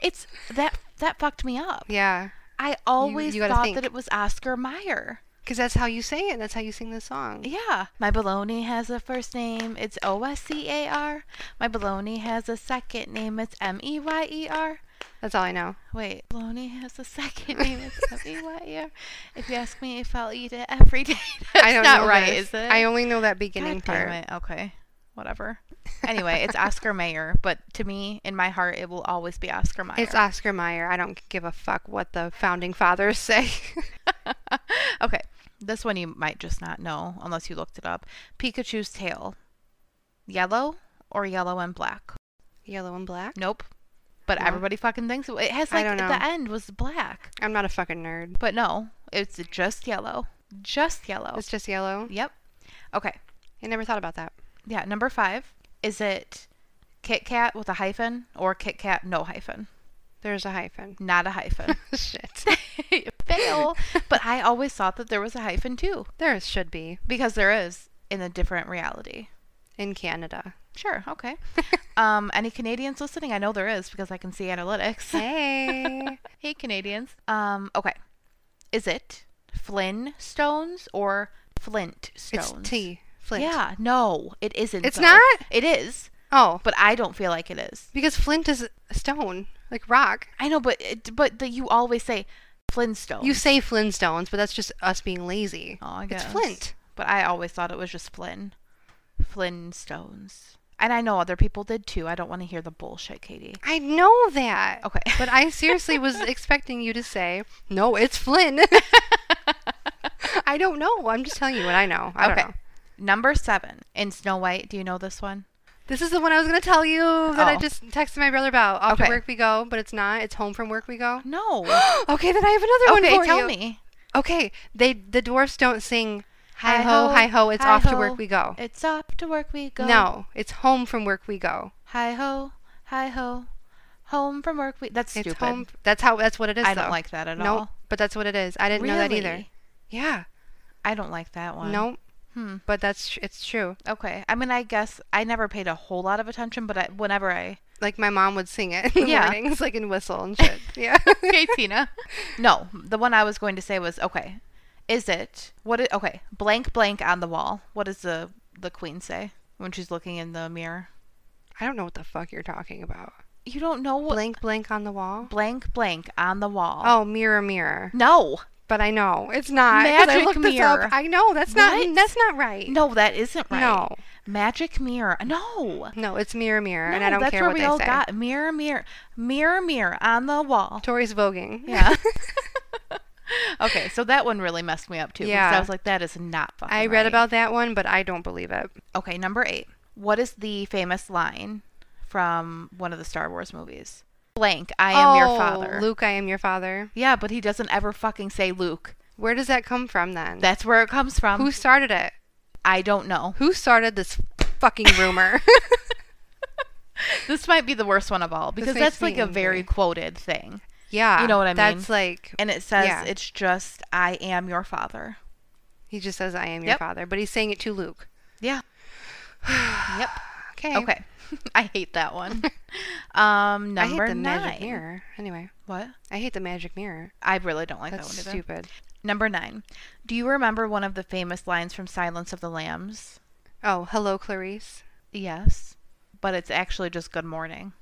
C: It's that that fucked me up.
B: yeah,
C: I always
B: you gotta
C: thought
B: think.
C: that it was Oscar Meyer.
B: because that's how you say it. That's how you sing the song.
C: Yeah. My baloney has a first name. It's O S C A R. My baloney has a second name. It's M E Y E R.
B: That's all I know.
C: Wait, bologna has a [laughs] second name.
B: [laughs]
C: It's M-E-Y-E-R. If you ask me if I'll eat it every day, [laughs] that's
B: [laughs] I don't
C: not
B: know
C: right,
B: this.
C: is it?
B: I only know that beginning
C: God damn
B: part.
C: it. Okay,
B: [laughs]
C: whatever. Anyway, it's Oscar Mayer, but to me, in my heart, it will always be Oscar Mayer.
B: It's Oscar Mayer. I don't give a fuck what the founding fathers [laughs] say.
C: okay, this one you might just not know unless you looked it up. Pikachu's tail, yellow or yellow and black?
B: Yellow and black.
C: Nope. But
B: No.
C: everybody fucking thinks it, it has
B: I
C: like
B: don't know.
C: the end was black,
B: I'm not a fucking nerd.
C: but no, it's just yellow, just yellow.
B: It's just yellow.
C: Yep. Okay.
B: I never thought about that.
C: Yeah, number five. Is it Kit Kat with a hyphen or Kit Kat no hyphen?
B: There's a hyphen.
C: Not
B: [laughs]
C: a hyphen.
B: Shit.
C: [laughs]
B: [laughs]
C: Fail. But I always thought that there was a hyphen too,
B: There should be
C: because there is in a different reality.
B: in Canada.
C: Sure,
B: [laughs]
C: okay. um, any Canadians listening? I know there is because I can see analytics.
B: Hey.
C: hey Canadians. Um, okay. Is it Flynn stones or Flint
B: it's
C: stones?
B: T. Flint.
C: Yeah, no, it isn't.
B: It's
C: though.
B: not?
C: It is,
B: Oh,
C: but I don't feel like it is.
B: because Flint is stone, like rock.
C: I know, but it, but the, you always say Flintstone.
B: You say Flintstones, but that's just us being lazy.
C: oh, I
B: it's
C: guess.
B: Flint.
C: but I always thought it was just Flynn, Flintstones, and I know other people did too. I don't want to hear the bullshit, Katie.
B: I know that.
C: Okay.
B: But I seriously
C: [laughs]
B: was expecting you to say, no, it's Flynn. [laughs] I don't know. I'm just telling you what I know. I
C: okay,
B: don't know.
C: number seven in Snow White. Do you know this one?
B: This is the one I was going to tell you that I
C: Oh.
B: just texted my brother about. Off to
C: Okay. [gasps]
B: work we go, but it's not. It's home from work we go. [gasps]
C: No.
B: okay, then I have another one
C: okay,
B: for
C: tell
B: you.
C: me.
B: Okay, they the dwarfs don't sing hi ho, hi ho, it's off to work we go.
C: It's off to work we go.
B: No, it's home from work we go.
C: Hi ho, hi ho. Home from work we. That's
B: It's
C: stupid.
B: home. That's how. That's what it is.
C: I don't
B: though.
C: like that at
B: Nope,
C: all.
B: but that's what it is. I didn't know that either.
C: Really?
B: Yeah.
C: I don't like that one.
B: Nope.
C: Hmm.
B: But that's tr- it's true.
C: Okay. I mean, I guess I never paid a whole lot of attention, but I, whenever
B: [laughs]
C: I.
B: Like my mom would sing it [laughs] in the
C: Yeah.
B: mornings, like in whistle and
C: [laughs]
B: shit. Yeah.
C: Tina. [laughs] No, the one I was going to say was okay. Is it what? It, okay, blank blank on the wall. What does the the queen say when she's looking in the mirror?
B: [laughs] I don't know what the fuck you're talking about.
C: You don't know what
B: Blank, blank on the wall.
C: blank blank on the wall.
B: Oh, mirror, mirror.
C: no,
B: But I know it's not. 'cause I
C: Magic
B: looked this
C: mirror.
B: up. I know that's not.
C: What?
B: That's not right.
C: no, that isn't right.
B: No.
C: magic mirror. No,
B: No, it's mirror, mirror, and
C: No,
B: I don't
C: that's
B: care
C: where
B: what
C: we
B: they
C: all
B: say.
C: got mirror mirror mirror mirror on the wall.
B: Tori's voguing. [laughs]
C: Yeah. [laughs] okay, so that one really messed me up too. because
B: Yeah.
C: I was like, that is not fucking.
B: I read
C: right.
B: about that one, but I don't believe it.
C: Okay, number eight. What is the famous line from one of the Star Wars movies? Blank, I am your father.
B: Oh, Luke, I am your father.
C: Yeah, but he doesn't ever fucking say Luke.
B: Where does that come from then?
C: That's where it comes from.
B: Who started it?
C: I don't know.
B: Who started this fucking
C: [laughs]
B: rumor? [laughs]
C: This might be the worst one of all because
B: makes
C: that's
B: me
C: like a very
B: angry.
C: quoted thing.
B: yeah.
C: You know what I mean.
B: That's like
C: And it says
B: Yeah.
C: it's just I am your father.
B: he just says I am your
C: Yep.
B: father, but he's saying it to Luke.
C: Yeah. yep.
B: Okay. [laughs]
C: Okay. [laughs] I hate that one. um
B: I hate
C: number
B: the magic
C: nine.
B: mirror. Anyway,
C: What?
B: I hate the magic mirror.
C: I really don't like
B: That's
C: that one either.
B: stupid.
C: Number nine. Do you remember one of the famous lines from Silence of the Lambs?
B: Oh, hello, Clarice.
C: Yes, but it's actually just good morning.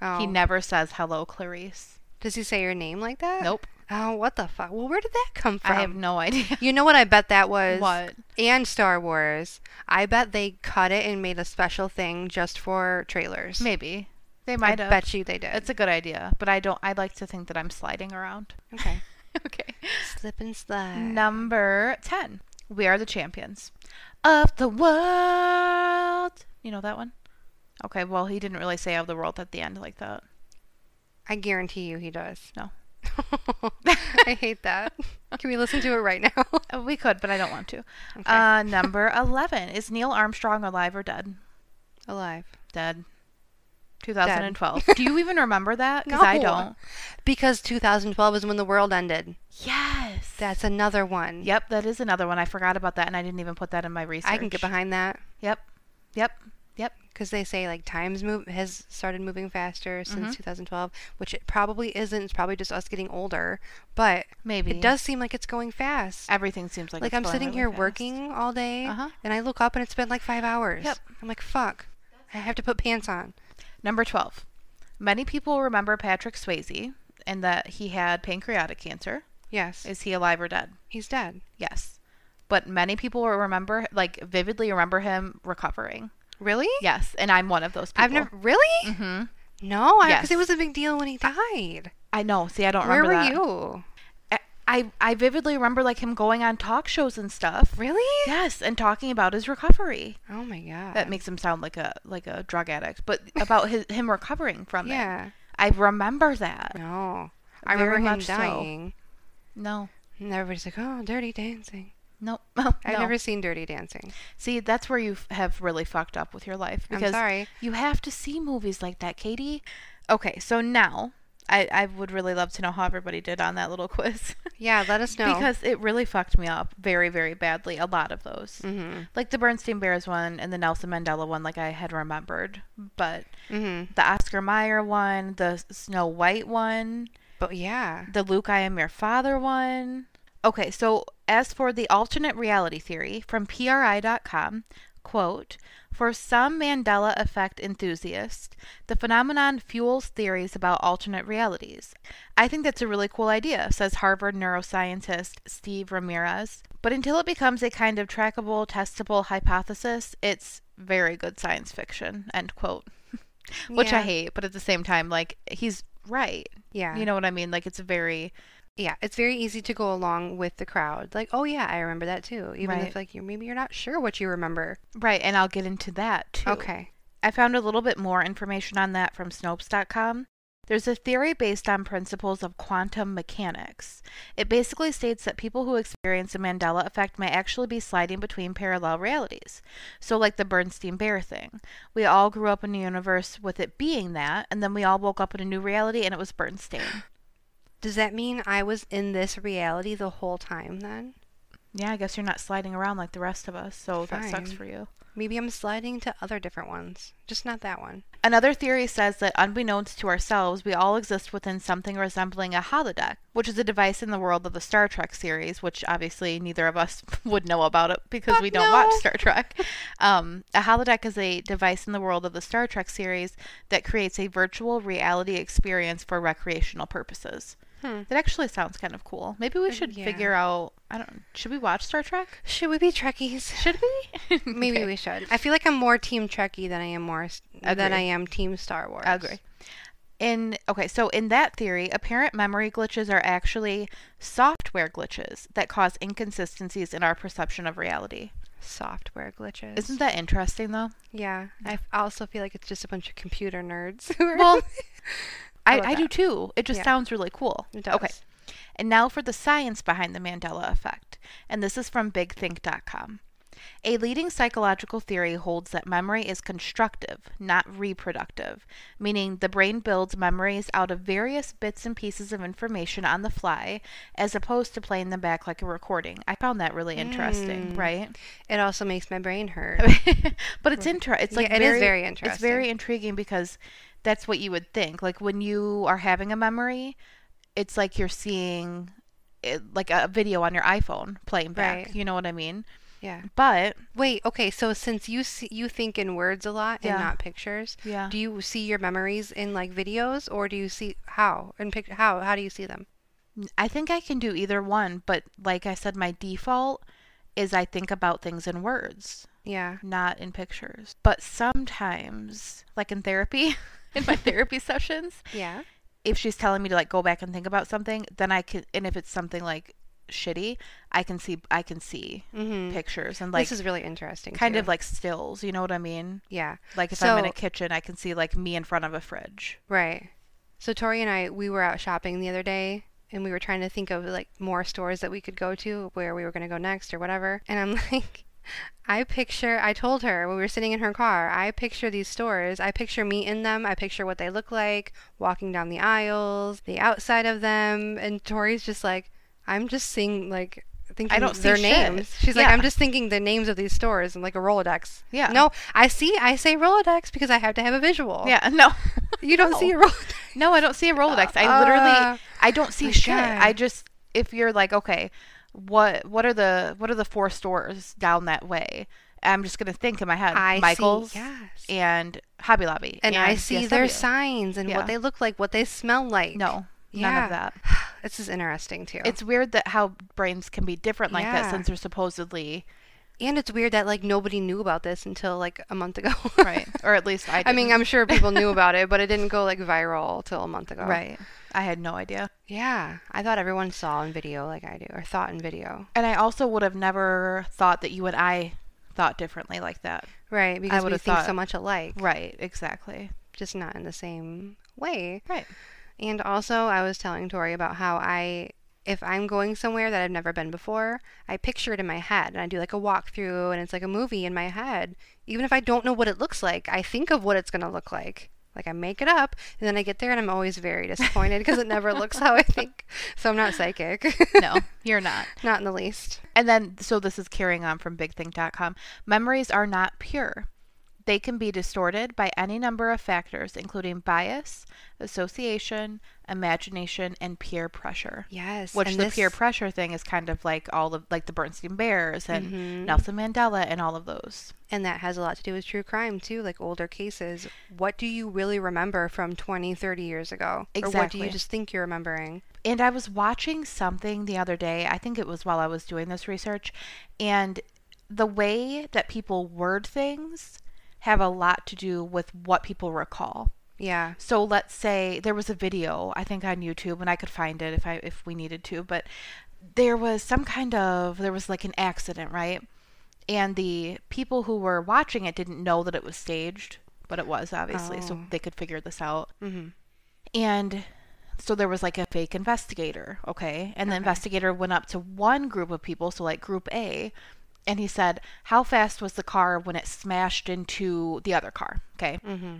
B: Oh,
C: He never says hello, Clarice.
B: does he say your name like that?
C: Nope.
B: Oh, what the fuck? Well, where did that come from?
C: I have no
B: [laughs]
C: idea.
B: You know what I bet that was?
C: What?
B: And Star Wars. I bet they cut it and made a special thing just for trailers.
C: Maybe they
B: I
C: might have.
B: bet you they did.
C: It's a good idea, but I don't. I like to think that I'm sliding around. [laughs]
B: okay.
C: okay.
B: Slip and slide.
C: Number ten. We are the champions of the world. You know that one? Okay. Well, he didn't really say of the world at the end like that.
B: I guarantee you he
C: [laughs]
B: does. [laughs]
C: No.
B: I hate that. Can we listen to it right now? [laughs]
C: Uh, We could, but I don't want to. Uh, number [laughs] 11. Is Neil Armstrong alive or dead?
B: Alive.
C: Dead.
B: [laughs]
C: 2012. Do you even remember that? Because I
B: No.
C: don't.
B: Because 2012 is when the world ended.
C: Yes.
B: That's another one.
C: Yep, that is another one. I forgot about that, and I didn't even put that in my research.
B: I can get behind that
C: Yep. Yep. Yep.
B: because they say like time's move has started moving faster since
C: Mm-hmm.
B: 2012, which it probably isn't. It's probably just us getting older, but
C: Maybe.
B: it does seem like it's going fast.
C: Everything seems like
B: like
C: it's
B: I'm
C: going
B: sitting
C: really
B: here
C: fast.
B: working all day,
C: Uh-huh.
B: and I look up and it's been like five hours.
C: Yep.
B: I'm like, fuck. I have to put pants on.
C: Number 12. Many people remember Patrick Swayze and that he had pancreatic cancer.
B: Yes,
C: Is he alive or dead?
B: he's dead.
C: Yes. But many people will remember, like, vividly remember him recovering.
B: Really?
C: Yes, and I'm one of those people.
B: I've never really.
C: Mhm.
B: No, because it
C: Yes.
B: was a big deal when he died.
C: I know. See, I don't
B: Where
C: remember
B: were
C: that.
B: you?
C: I I vividly remember like him going on talk shows and stuff.
B: Really?
C: Yes, and talking about his recovery.
B: Oh my god.
C: That makes him sound like a like a drug addict, but about his him recovering from it.
B: yeah.
C: I remember that.
B: No, I
C: Very
B: remember him
C: much so.
B: dying,
C: No.
B: and everybody's like, "Oh, Dirty Dancing."
C: Nope. no. [laughs]
B: I've never seen Dirty Dancing.
C: See, that's where you f- have really fucked up with your life because
B: sorry.
C: you have to see movies like that, Katie. Okay, so now I, I would really love to know how everybody did on that little [laughs] quiz.
B: Yeah, let us know.
C: because it really fucked me up very very badly a lot of those like the bernstein bears one and the nelson mandela one like i had remembered but the oscar Mayer one the snow white one
B: but yeah,
C: the luke i am your father one okay so as for the alternate reality theory from pri.com quote for some mandela effect enthusiasts the phenomenon fuels theories about alternate realities i think that's a really cool idea says harvard neuroscientist steve ramirez but until it becomes a kind of trackable testable hypothesis it's very good science fiction end quote which i
B: Yeah.
C: hate but at the same time like he's right
B: yeah,
C: you know what I mean? Like it's very
B: yeah. It's very easy to go along with the crowd. Like, oh yeah, I remember that too. Even
C: Right.
B: if like you maybe you're not sure what you remember.
C: right, and I'll get into that too.
B: Okay.
C: I found a little bit more information on that from Snopes.com. There's a theory based on principles of quantum mechanics. It basically states that people who experience the Mandela effect may actually be sliding between parallel realities. So, like the Bernstein Bear thing, we all grew up in a universe with it being that, and then we all woke up in a new reality and it was Bernstein.
B: Does that mean I was in this reality the whole time then?
C: [gasps] Yeah, I guess you're not sliding around like the rest of us, so that sucks
B: Fine.
C: for you.
B: Maybe I'm sliding to other different ones, just not that one.
C: Another theory says that, unbeknownst to ourselves, we all exist within something resembling a holodeck, which is a device in the world of the Star Trek series, which obviously neither of us [laughs] would know about it because we don't
B: no.
C: watch Star Trek. Um, a holodeck is a device in the world of the Star Trek series that creates a virtual reality experience for recreational purposes.
B: Hmm. Uh,
C: That actually sounds kind of cool. Maybe we should
B: yeah.
C: figure out. I don't. Should we watch Star Trek?
B: Should we be Trekkies?
C: Should [laughs] we?
B: Maybe
C: Okay.
B: we should. I feel like I'm more Team Trekkie than I am more s- than
C: Agree.
B: I am Team Star Wars.
C: I agree. In okay, so in that theory, apparent memory glitches are actually software glitches that cause inconsistencies in our perception of reality.
B: Software glitches.
C: Isn't that interesting though?
B: Yeah, I f- also feel like it's just a bunch of computer [laughs] nerds. Who are
C: Well, I,
B: about
C: [laughs] I do
B: that?
C: too. It just
B: Yeah.
C: sounds really cool.
B: It
C: Okay.
B: does.
C: And now for the science behind the Mandela effect. And this is from bigthink.com. A leading psychological theory holds that memory is constructive, not reproductive, meaning the brain builds memories out of various bits and pieces of information on the fly as opposed to playing them back like a recording. I found that really
B: Mm.
C: interesting, right?
B: it also makes my brain
C: [laughs]
B: hurt.
C: but it's inter- it's like
B: Yeah, it is
C: very,
B: very
C: It's very
B: interesting.
C: intriguing because that's what you would think. Like when you are having a memory, it's like you're seeing it, like a video on your iPhone playing back.
B: Right.
C: You know what I mean?
B: Yeah.
C: But
B: Wait. Okay. So since you see, you think in words a lot
C: Yeah.
B: and not pictures,
C: Yeah.
B: do you see your memories in like videos, or do you see how and pic- how how do you see them?
C: I think I can do either one. But like I said, my default is I think about things in words,
B: Yeah.
C: not in pictures. But sometimes, like in therapy, [laughs] in
B: [laughs]
C: my therapy sessions,
B: Yeah.
C: if she's telling me to like go back and think about something, then I can, and if it's something like shitty, I can see, I can see
B: Mm-hmm.
C: pictures and like
B: this is really interesting.
C: kind of
B: too.
C: like stills. You know what I mean?
B: yeah.
C: Like if I'm in a
B: So-
C: kitchen, I can see like me in front of a fridge.
B: Right. So Tori and I, we were out shopping the other day, and we were trying to think of like more stores that we could go to, where we were going to go next or whatever. And I'm [laughs] like, I picture. I told her when we were sitting in her car, I picture these stores. I picture me in them. I picture what they look like, walking down the aisles, the outside of them. And Tori's just like, I'm just seeing like. Thinking
C: don't see
B: their
C: shit."
B: names. She's like,
C: Yeah.
B: I'm just thinking the names of these stores and like a Rolodex.
C: Yeah.
B: No, I see. I say Rolodex because I have to have a visual.
C: Yeah, [laughs] no,
B: You don't see a Rolodex.
C: Oh. no, I don't see a Rolodex. I literally,
B: Uh,
C: I don't see
B: my
C: shit.
B: God.
C: I just, if you're like, okay, what, what are the, what are the four stores down that way? I'm just gonna think in my head,
B: I see-
C: Michaels
B: yes.
C: and Hobby Lobby,
B: and I see their
C: CSW.
B: signs and
C: Yeah.
B: what they look like, what they smell like.
C: No, none
B: Yeah.
C: of that.
B: [sighs] This is interesting too.
C: It's weird that how brains can be different like that
B: Yeah.
C: since they're supposedly
B: and it's weird that like nobody knew about this until like a month ago.
C: [laughs]
B: [laughs]
C: right, or at least I. uh,
B: I mean,
C: didn't.
B: I'm sure people
C: [laughs]
B: knew about it, but it didn't go like viral till a month ago.
C: right. I had no idea,
B: Yeah. I thought everyone saw in video like I do or thought in video.
C: and I also would have never thought that you and I thought differently like that.
B: Right. Because we
C: would've
B: think so
C: thought-
B: much alike,
C: Right, exactly.
B: just not in the same way.
C: [laughs] Right.
B: And also, I was telling Tori about how I, if I'm going somewhere that I've never been before, I picture it in my head and I do like a walkthrough and it's like a movie in my head. Even if I don't know what it looks like, I think of what it's going to look like. Like I make it up and then I get there and I'm always very disappointed because it
C: [laughs]
B: never looks how I think. So I'm not psychic.
C: No, you're not.
B: [laughs] Not in the least.
C: And then, so this is carrying on from bigthink.com. Memories are not pure. They can be distorted by any number of factors, including bias, association, imagination, and peer pressure.
B: Yes.
C: which
B: and
C: the
B: this-
C: peer pressure thing is kind of like all of like the Bernstein Bears and
B: Mm-hmm.
C: Nelson Mandela and all of those.
B: And that has a lot to do with true crime too, like older cases. What do you really remember from 20, 30 years ago? Or what do
C: Exactly.
B: you just think you're remembering?
C: And I was watching something the other day. I think it was while I was doing this research, and the way that people word things have a lot to do with what people recall.
B: Yeah.
C: So let's say there was a video I think on YouTube and I could find it if I if we needed to, but there was some kind of there was like an accident, right? And the people who were watching it didn't know that it was staged, but it was obviously, so
B: Oh.
C: they could figure this out. Mm-hmm. And so there was like a fake investigator, okay? And the investigator went up to one group of people, so like group A, and he said, How fast was the car when it smashed into the other car? Okay. Mm-hmm.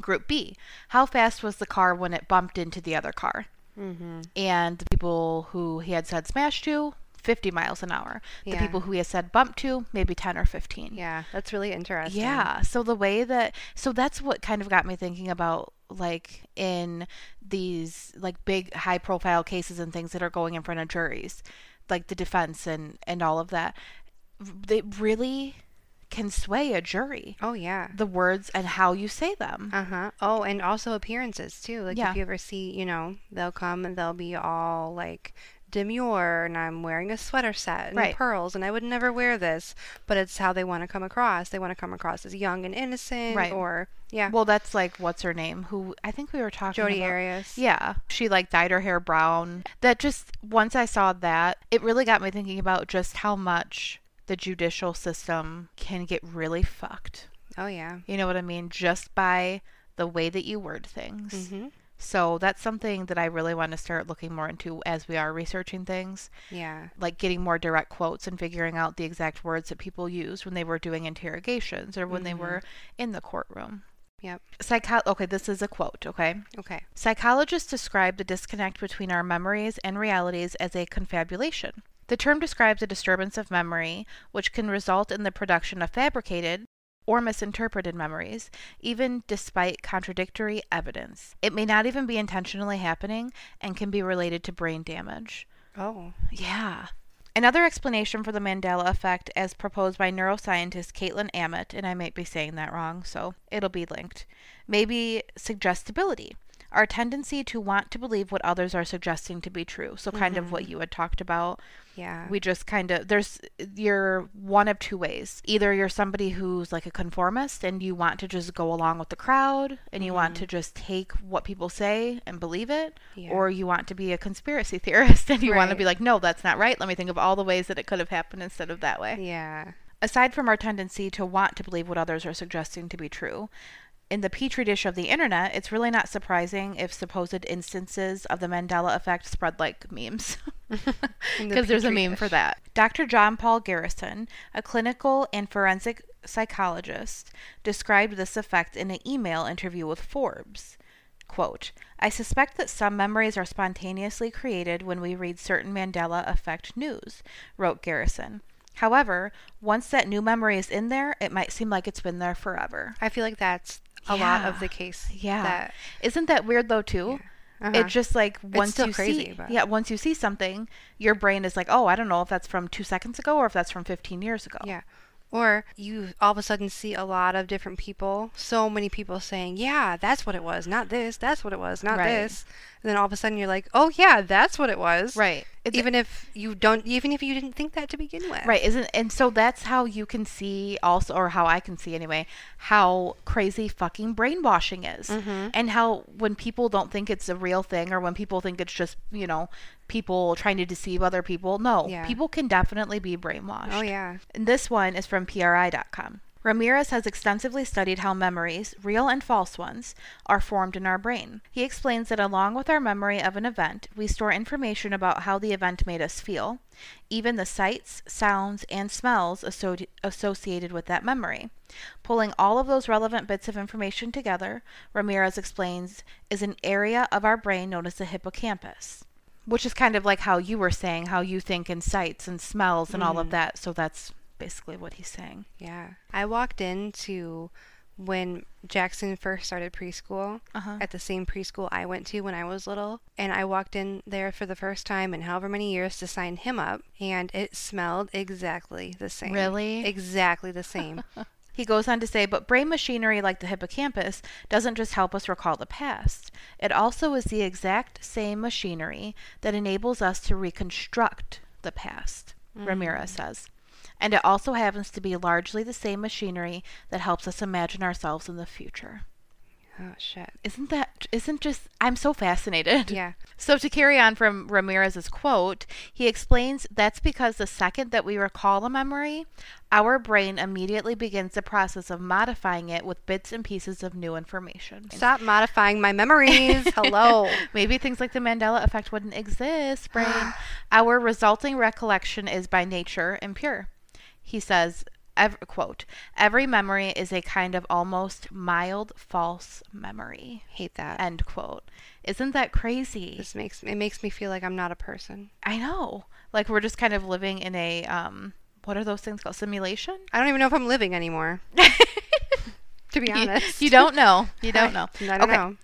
C: Group B, How fast was the car when it bumped into the other car? Mm-hmm. And the people who he had said smash to, 50 miles an hour. The
B: Yeah.
C: people who he had said bump to, maybe 10 or 15.
B: Yeah, that's really interesting.
C: Yeah. So the way that so that's what kind of got me thinking about like in these like big high profile cases and things that are going in front of juries, like the defense and and all of that. They really can sway a jury.
B: Oh yeah.
C: The words and how you say them.
B: Uh huh. Oh, and also appearances too. Like
C: Yeah.
B: if you ever see, you know, they'll come and they'll be all like demure, and I'm wearing a sweater set and
C: Right.
B: pearls, and I would never wear this, but it's how they want to come across. They want to come across as young and innocent,
C: Right.
B: or yeah,
C: Well, that's like what's her name? Who I think we were talking
B: Jodi
C: about.
B: Arias.
C: Yeah. She like dyed her hair brown. That just, once I saw that, it really got me thinking about just how much the judicial system can get really fucked.
B: Oh yeah.
C: You know what I mean? Just by the way that you word things.
B: Mm-hmm.
C: So that's something that I really want to start looking more into as we are researching things,
B: Yeah.
C: like getting more direct quotes and figuring out the exact words that people used when they were doing interrogations or when
B: Mm-hmm.
C: they were in the courtroom.
B: Yep.
C: Psycho- okay, this is a quote, okay?
B: Okay.
C: Psychologists describe the disconnect between our memories and realities as a confabulation. The term describes a disturbance of memory which can result in the production of fabricated or misinterpreted memories, even despite contradictory evidence. It may not even be intentionally happening and can be related to brain damage.
B: Oh.
C: Yeah. Another explanation for the Mandela effect, as proposed by neuroscientist Caitlin Ammett, and I might be saying that wrong, so it'll be linked, may be suggestibility, our tendency to want to believe what others are suggesting to be true. So, kind of what you had talked about.
B: Yeah.
C: We just kind of, there's, you're one of two ways. Either you're somebody who's like a conformist and you want to just go along with the crowd and you want to just take what people say and believe it,
B: Mm-hmm. Yeah.
C: or you want to be a conspiracy [laughs] theorist and you want to
B: Right.
C: be like, no, that's not right. Let me think of all the ways that it could have happened instead of that way.
B: yeah.
C: Aside from our tendency to want to believe what others are suggesting to be true, in the petri dish of the internet, it's really not surprising if supposed instances of the Mandela effect spread
B: [laughs]
C: like memes. [laughs]
B: the
C: Because there's a
B: petri
C: meme for
B: dish.
C: that. Dr. John Paul Garrison, a clinical and forensic psychologist, described this effect in an email interview with Forbes. Quote, I suspect that some memories are spontaneously created when we read certain Mandela effect news, wrote Garrison. However, once that new memory is in there, it might seem like it's been there forever.
B: I feel like that's a lot of
C: Yeah.
B: the case.
C: Yeah.
B: That, Uh-huh.
C: is Isn't that weird though too? It's just like once
B: still
C: you
B: crazy,
C: see,
B: but-
C: yeah, once you see something, your brain is like, oh, I don't know if that's from two seconds ago or if that's from 15 years ago.
B: Yeah. Or you all of a sudden see a lot of different people, so many people saying, Yeah, that's what it was, not this, that's what it was, not
C: Right.
B: this. And then all of a sudden you're like, Oh yeah, that's what it was.
C: Right. It's-
B: even if you don't even if you didn't think that to begin with.
C: Right. Isn't and so that's how you can see also, or how I can see anyway, how crazy fucking brainwashing is,
B: Mm-hmm.
C: and how when people don't think it's a real thing, or when people think it's just you know people trying to deceive other people. No,
B: Yeah.
C: people can definitely be brainwashed.
B: Oh yeah.
C: And this one is from PRI.com. Ramirez has extensively studied how memories, real and false ones, are formed in our brain. He explains that along with our memory of an event, we store information about how the event made us feel, even the sights, sounds, and smells asso- associated with that memory. Pulling all of those relevant bits of information together, Ramirez explains, is an area of our brain known as the hippocampus which is kind of like how you were saying how you think in sights and smells and all of that so that's basically what he's saying
B: Yeah. I walked into when Jackson first started preschool
C: Uh-huh.
B: at the same preschool I went to when I was little. And I walked in there for the first time in however many years to sign him up. And it smelled exactly the same.
C: Really?
B: Exactly the
C: [laughs]
B: same.
C: he goes on to say but brain machinery like the hippocampus doesn't just help us recall the past it also is the exact same machinery that enables us to reconstruct the past ramirez says and it also happens to be largely the same machinery that helps us imagine ourselves in the future
B: Oh shit.
C: Isn't that isn't just I'm so fascinated. [laughs]
B: Yeah.
C: So to carry on from Ramirez's quote, he explains that's because the second that we recall a memory, our brain immediately begins the process of modifying it with bits and pieces of new information.
B: Stop modifying my memories.
C: [laughs]
B: [laughs] Hello.
C: Maybe things like the Mandela effect wouldn't exist,
B: [gasps]
C: brain. Our resulting recollection is by nature impure. He says, ev- quote, every memory is a kind of almost mild false memory,
B: Hate that.
C: end quote. Isn't that crazy?
B: this makes it makes me feel like I'm not a person.
C: I know. Like we're just kind of living in a, um, what are those things called? Simulation?
B: I don't even know if I'm living anymore. [laughs] to be
C: [laughs] You,
B: honest.
C: you don't know. You don't know.
B: [laughs] I don't know.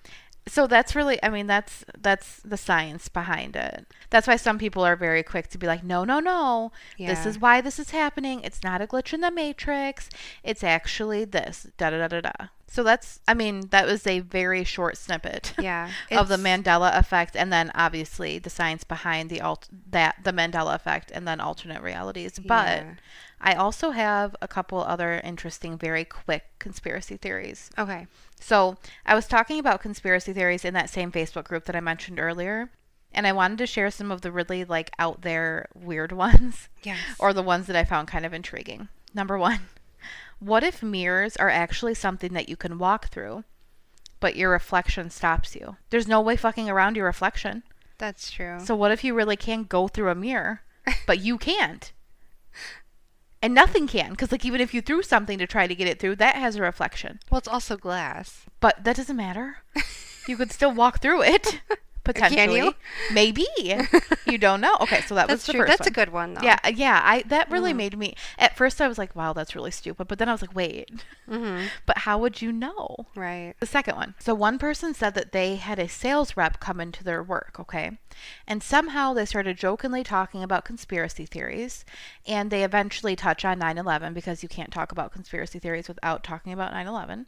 C: so that's really i mean that's that's the science behind it that's why some people are very quick to be like no no no this
B: Yeah.
C: is why this is happening it's not a glitch in the matrix it's actually this da da da da da so that's i mean that was a very short snippet [laughs]
B: Yeah.
C: of the
B: It's-
C: mandela effect and then obviously the science behind the alt that the mandela effect and then alternate realities but
B: Yeah.
C: i also have a couple other interesting very quick conspiracy theories
B: Okay.
C: so I was talking about conspiracy theories in that same Facebook group that I mentioned earlier, and I wanted to share some of the really like out there weird [laughs] ones,
B: Yes.
C: or the ones that I found kind of intriguing. Number one, what if mirrors are actually something that you can walk through, but your reflection stops you? There's no way fucking around your reflection.
B: That's true.
C: So what if you really can go through a mirror, but you can't? And nothing can, because like even if you threw something to try to get it through, that has a reflection.
B: [laughs] well, it's also glass.
C: But that doesn't matter. You could still walk
B: [laughs]
C: through it. Potentially.
B: you?
C: Maybe. You don't know. Okay, so that was
B: That's
C: the
B: true.
C: first
B: That's a
C: one.
B: good one though.
C: Yeah, yeah. I that really made me at first I was like, wow, that's really stupid. But then I was like, wait.
B: Mm-hmm.
C: But how would you know?
B: Right.
C: The second one. So one person said that they had a sales rep come into their work, okay? And somehow they started jokingly talking about conspiracy theories and they eventually touch on 9/11 because you can't talk about conspiracy theories without talking about 9/11.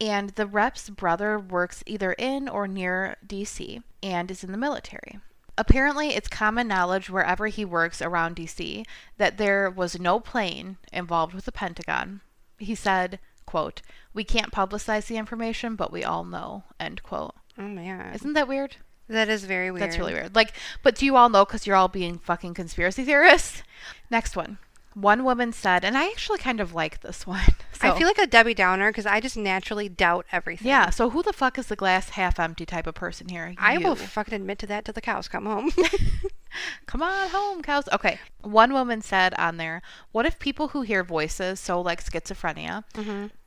C: And the rep's brother works either in or near DC and is in the military. Apparently, it's common knowledge wherever he works around DC that there was no plane involved with the Pentagon. He said, quote, "We can't publicize the information, but we all know." End quote.
B: Oh man.
C: Isn't that weird?
B: That is very weird.
C: That's really weird. Like, but do you all know because you're all being fucking conspiracy theorists? Next one. One woman said, and I actually kind of like this one. [laughs] So,
B: I feel like a Debbie Downer because I just naturally doubt everything.
C: yeah. So who the fuck is the glass half empty type of person here?
B: I will
C: You.
B: fucking admit to that till the cows come
C: [laughs]
B: home.
C: Come on home, cows. Okay. One woman said on there, what if people who hear voices, so like schizophrenia,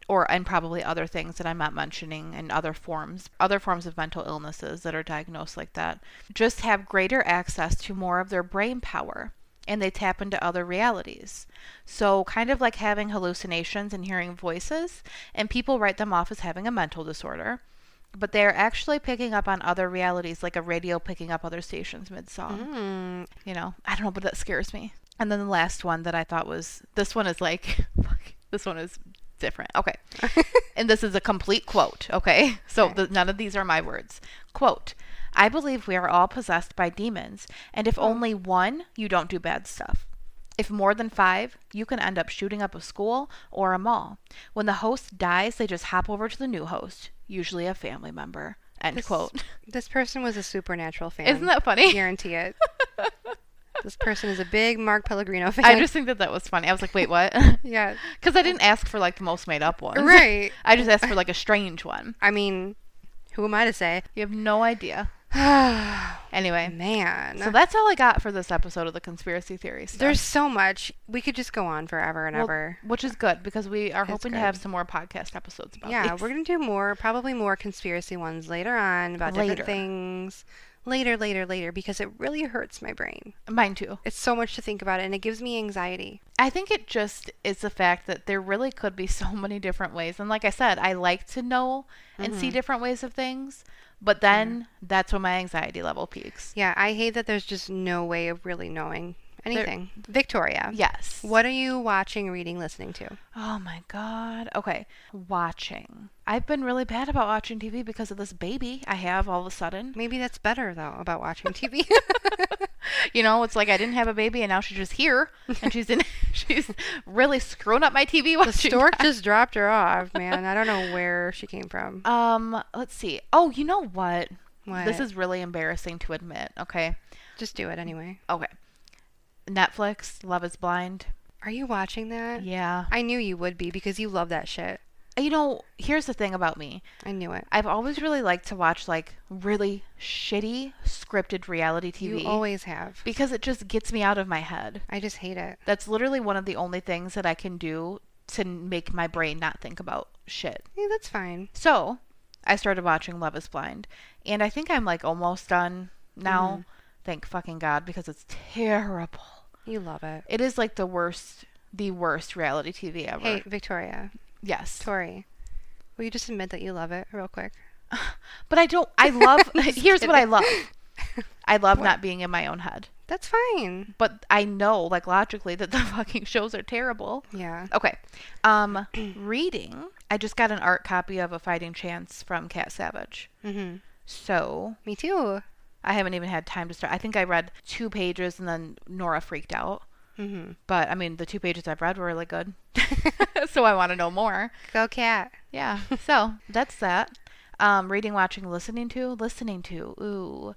C: or and probably other things that I'm not mentioning and other forms, other forms of mental illnesses that are diagnosed like that, just have greater access to more of their brain power and they tap into other realities. So kind of like having hallucinations and hearing voices, and people write them off as having a mental disorder but they're actually picking up on other realities, like a radio picking up other stations mid song. You know, I don't know, but that scares me. And then the last one that I thought was this one is like, [laughs] fuck, this one is different. Okay. and this is a complete quote. Okay. So th- none of these are my words. Quote I believe we are all possessed by demons, and if only one, you don't do bad stuff. If more than five, you can end up shooting up a school or a mall. When the host dies, they just hop over to the new host, usually a family member. End quote.
B: this person was a supernatural fan.
C: Isn't that funny?
B: Guarantee
C: [laughs]
B: it. this person is a big Mark Pellegrino fan.
C: [laughs] I just think that that was funny. I was like, wait, what? [laughs]
B: yeah.
C: Because I didn't ask for like the most made up one.
B: Right.
C: [laughs] I just asked for like a strange one.
B: I mean, who am I to say? [sighs]
C: You have no idea. Anyway,
B: Man.
C: so that's all I got for this episode of the conspiracy theory stuff.
B: There's so much. We could just go on forever and
C: Well,
B: ever.
C: which is good because we are hoping to
B: good.
C: have some more podcast episodes about
B: Yeah,
C: these.
B: we're going to do more, probably more conspiracy ones later on about
C: Later.
B: different things. Later, later, later, because it really hurts my brain.
C: mine too.
B: It's so much to think about and it gives me anxiety.
C: I think it just is the fact that there really could be [laughs] so many different ways. And like I said, I like to know and
B: Mm-hmm.
C: see different ways of things, but then that's when my anxiety level peaks.
B: Yeah, I hate that there's just no way of really knowing anything. Victoria.
C: Yes.
B: What are you watching, reading, listening to?
C: Oh my god. Okay. Watching. I've been really bad about watching TV because of this baby I have all of a sudden.
B: Maybe that's better though about watching TV.
C: You know, it's like I didn't have a baby and now she's just here and she's in [laughs] she's really screwing up my TV
B: The
C: [laughs]
B: [laughs]
C: watching.
B: stork just dropped her off, man. I don't know where she came from.
C: Um, let's see. Oh, you know what?
B: What?
C: This is really embarrassing to admit, okay?
B: Just do it anyway.
C: Okay. Netflix, Love is Blind.
B: Are you watching that?
C: Yeah.
B: I knew you would be because you love that shit.
C: You know, here's the thing about me.
B: I knew it.
C: I've always really liked to watch like really shitty scripted reality TV
B: You always have.
C: because it just gets me out of my head.
B: I just hate it.
C: That's literally one of the only things that I can do to make my brain not think about shit.
B: Yeah, that's fine.
C: So, I started watching Love is Blind, and I think I'm like almost done now.
B: Mm-hmm.
C: Thank fucking God because it's terrible.
B: You love it.
C: It is like the worst, the worst reality TV ever.
B: Hey, Victoria,
C: yes.
B: Tori, will you just admit that you love it real quick?
C: [laughs] But I don't. I love.
B: [laughs] Just
C: here's what I
B: kidding.
C: love. I love not being in my own head.
B: That's fine.
C: But I know, like logically, that the [laughs] fucking shows are terrible.
B: Yeah.
C: Okay. Um, [clears throat] reading. I just got an art copy of A Fighting Chance from Cat Savage.
B: hmm
C: So
B: Me too.
C: I haven't even had time to start. I think I read two pages and then Nora freaked out.
B: hmm
C: But I mean, the two pages I've read were really good. [laughs] so I want to know more.
B: Go cat.
C: Yeah. So that's that. Um, reading, watching, listening to, listening to. Ooh,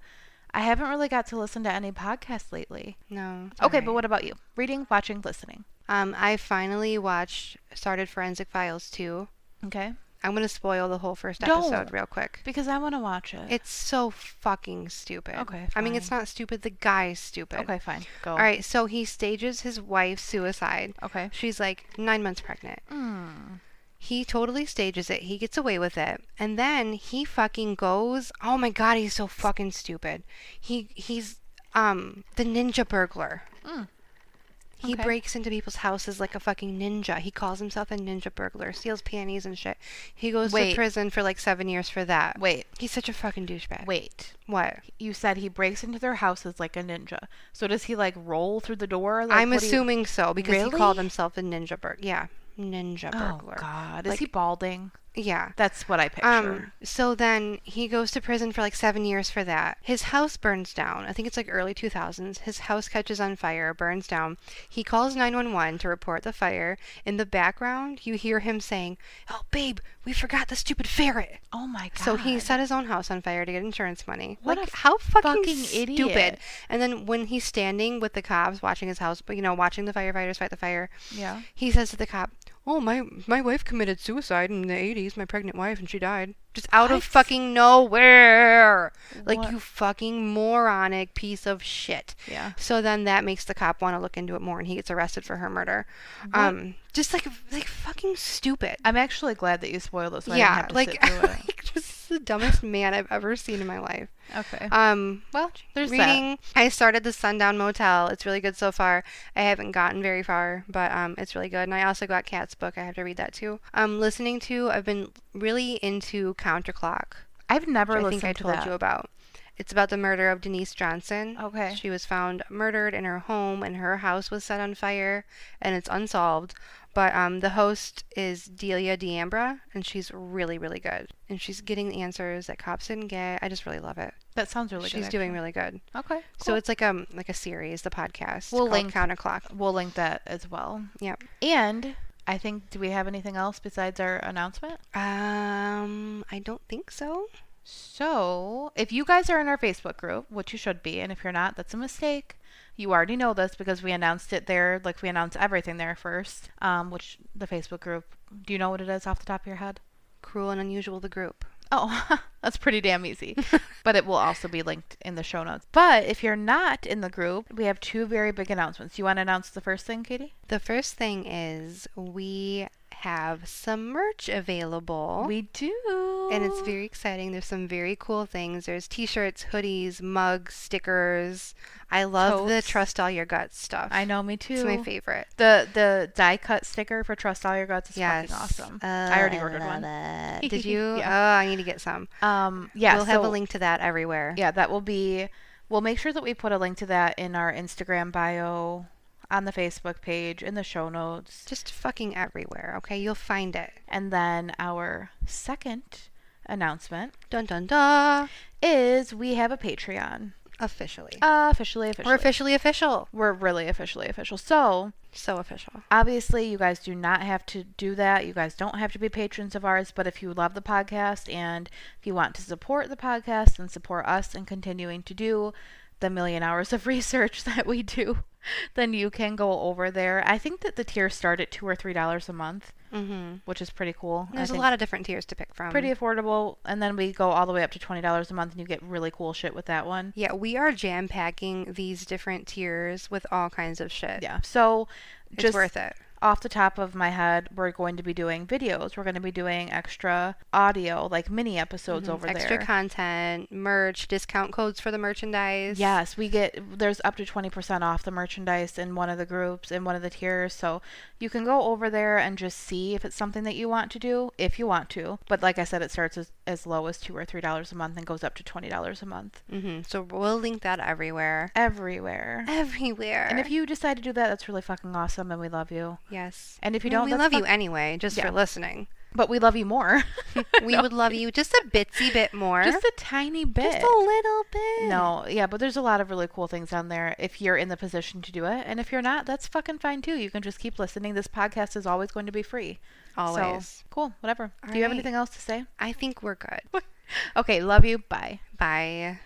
C: I haven't really got to listen to any podcasts lately.
B: No. it's
C: Okay,
B: alright.
C: but what about you? Reading, watching, listening.
B: Um, I finally watched, started Forensic Files 2.
C: Okay.
B: I'm going to spoil the whole 1st
C: Don't.
B: episode real quick.
C: Because I want to watch it.
B: It's so fucking stupid.
C: Okay,
B: I mean, it's not stupid. The guy's stupid.
C: okay, fine. Go.
B: All right. So he stages his wife's suicide.
C: Okay. Hmm.
B: She's like nine months pregnant. He totally stages it. He gets away with it. And then he fucking goes, "Oh my god, he's so fucking stupid." He he's um the ninja burglar. He
C: Hmm. Okay.
B: breaks into people's houses like a fucking ninja. He calls himself a ninja burglar, steals panties and shit. He goes
C: Wait.
B: to prison for like 7 years for that.
C: Wait.
B: He's such a fucking douchebag.
C: Wait.
B: What?
C: You said he breaks into their houses like a ninja. So does he like roll through the door? Like,
B: I'm
C: what do you-
B: assuming so because he called
C: Really?
B: himself a ninja burglar. Yeah, ninja
C: Oh
B: burglar.
C: God. Is
B: Like-
C: he balding?
B: Yeah.
C: That's what I picture.
B: Um, so then he goes to prison for like seven years for that. His house burns down. I think it's like early 2000s. His house catches on fire, burns down. He calls 911 to report the fire. In the background, you hear him saying, Oh, babe, we forgot the stupid ferret.
C: oh my God.
B: So he set his own house on fire to get insurance money.
C: What
B: like
C: a
B: how fucking,
C: fucking
B: stupid.
C: idiot.
B: And then when he's standing with the cops watching his house, but you know, watching the firefighters fight the fire,
C: Yeah.
B: he says to the cop, "Oh, my my wife committed suicide in the 80s, my pregnant wife, and she died just out
C: What?
B: of fucking nowhere." Like
C: What?
B: you fucking moronic piece of shit.
C: Yeah.
B: So then that makes the cop want to look into it more, and he gets arrested for her murder. Um, just like like fucking stupid.
C: I'm actually glad that you spoiled it. So I didn't
B: yeah,
C: have to
B: like, [laughs]
C: sit through it.
B: like just the dumbest man I've ever seen in my life.
C: Okay.
B: Um, well,
C: there's that.
B: reading. I started the Sundown Motel. It's really good so far. I haven't gotten very far, but um, it's really good. And I also got Kat's book. I have to read that too. Um, listening to. I've been really into Counterclock.
C: I've never
B: Which I
C: listened
B: think I
C: to
B: told
C: that.
B: you about. It's about the murder of Denise Johnson.
C: Okay.
B: She was found murdered in her home, and her house was set on fire, and it's unsolved. But um, the host is Delia D'Ambra, and she's really, really good. And she's getting the answers that cops didn't get. I just really love it.
C: That sounds really good.
B: She's doing really good.
C: Okay.
B: So it's like um like a series, the podcast.
C: We'll
B: called
C: link-
B: counterclock.
C: we'll link that as well.
B: Yep.
C: And I think do we have anything else besides our announcement?
B: Um, I don't think so.
C: So, if you guys are in our Facebook group, which you should be, and if you're not, that's a mistake. You already know this because we announced it there, like we announced everything there first. Um, which the Facebook group, do you know what it is off the top of your head?
B: Cruel and unusual, the group.
C: Oh, [laughs] that's pretty damn [laughs] easy. but it will also be linked in the show notes. But if you're not in the group, we have two very big announcements. You want to announce the first thing, Katie?
B: The first thing is we have some merch available.
C: We do.
B: and it's very exciting. There's some very cool things. There's t-shirts, hoodies, mugs, stickers. I love the
C: Totes.
B: trust all your guts stuff.
C: I know, me too.
B: It's my favorite.
C: The the die cut sticker for Trust All Your Guts is
B: Yes.
C: fucking awesome.
B: Uh,
C: I already ordered
B: love
C: one. [laughs]
B: it. Did you?
C: Yeah.
B: Oh, I need to get some.
C: Um, yeah,
B: we'll have a
C: so-
B: link to that everywhere.
C: Yeah, that will be. We'll make sure that we put a link to that in our Instagram bio, on the Facebook page, in the show notes,
B: Just fucking everywhere, okay? You'll find it.
C: and then our second announcement
B: Dun dun dun.
C: is we have a Patreon.
B: Officially.
C: Officially, officially.
B: We're officially official.
C: We're really officially official. So,
B: So official.
C: obviously, you guys do not have to do that. You guys don't have to be patrons of ours. But if you love the podcast and if you want to support the podcast and support us in continuing to do the million hours of [laughs] research that we do, then you can go over there. I think that the tiers start at two or three dollars a month,
B: Mm-hmm.
C: which is pretty cool. I
B: There's a
C: think
B: lot of different tiers to pick from.
C: pretty affordable. And then we go all the way up to twenty dollars a month, and you get really cool shit with that one.
B: Yeah, we are jam packing these different tiers with all kinds of shit.
C: Yeah. So,
B: It's
C: just
B: worth it.
C: off the top of my head, we're going to be doing videos. We're going to be doing extra audio, like mini episodes over
B: Mm-hmm. Extra
C: there.
B: content, merch, discount codes for the merchandise.
C: yes, we get there's up to 20% off the merchandise in one of the groups in one of the tiers. So you can go over there and just see if it's something that you want to do if you want to. But like I said, it starts as, as low as 2 or 3 dollars a month and goes up to 20 dollars a month
B: hmm So we'll link that everywhere.
C: everywhere.
B: Everywhere.
C: And if you decide to do that, that's really fucking awesome and we love you.
B: yes.
C: And if you
B: I mean,
C: don't,
B: we
C: that's
B: love you
C: fuck-
B: anyway, just
C: Yeah.
B: for
C: [laughs]
B: listening. [laughs]
C: but we love you more. [laughs]
B: We
C: No.
B: would love you just a bitsy bit more.
C: just a tiny bit.
B: Just a little bit.
C: No, yeah, but there's a lot of really cool things on there if you're in the position to do it. And if you're not, that's fucking fine too. You can just keep listening. This podcast is always going to be free. So,
B: Always.
C: cool, whatever.
B: All
C: do you have
B: right.
C: [laughs] anything else to say?
B: I think we're good.
C: Okay, love you. Bye.
B: Bye.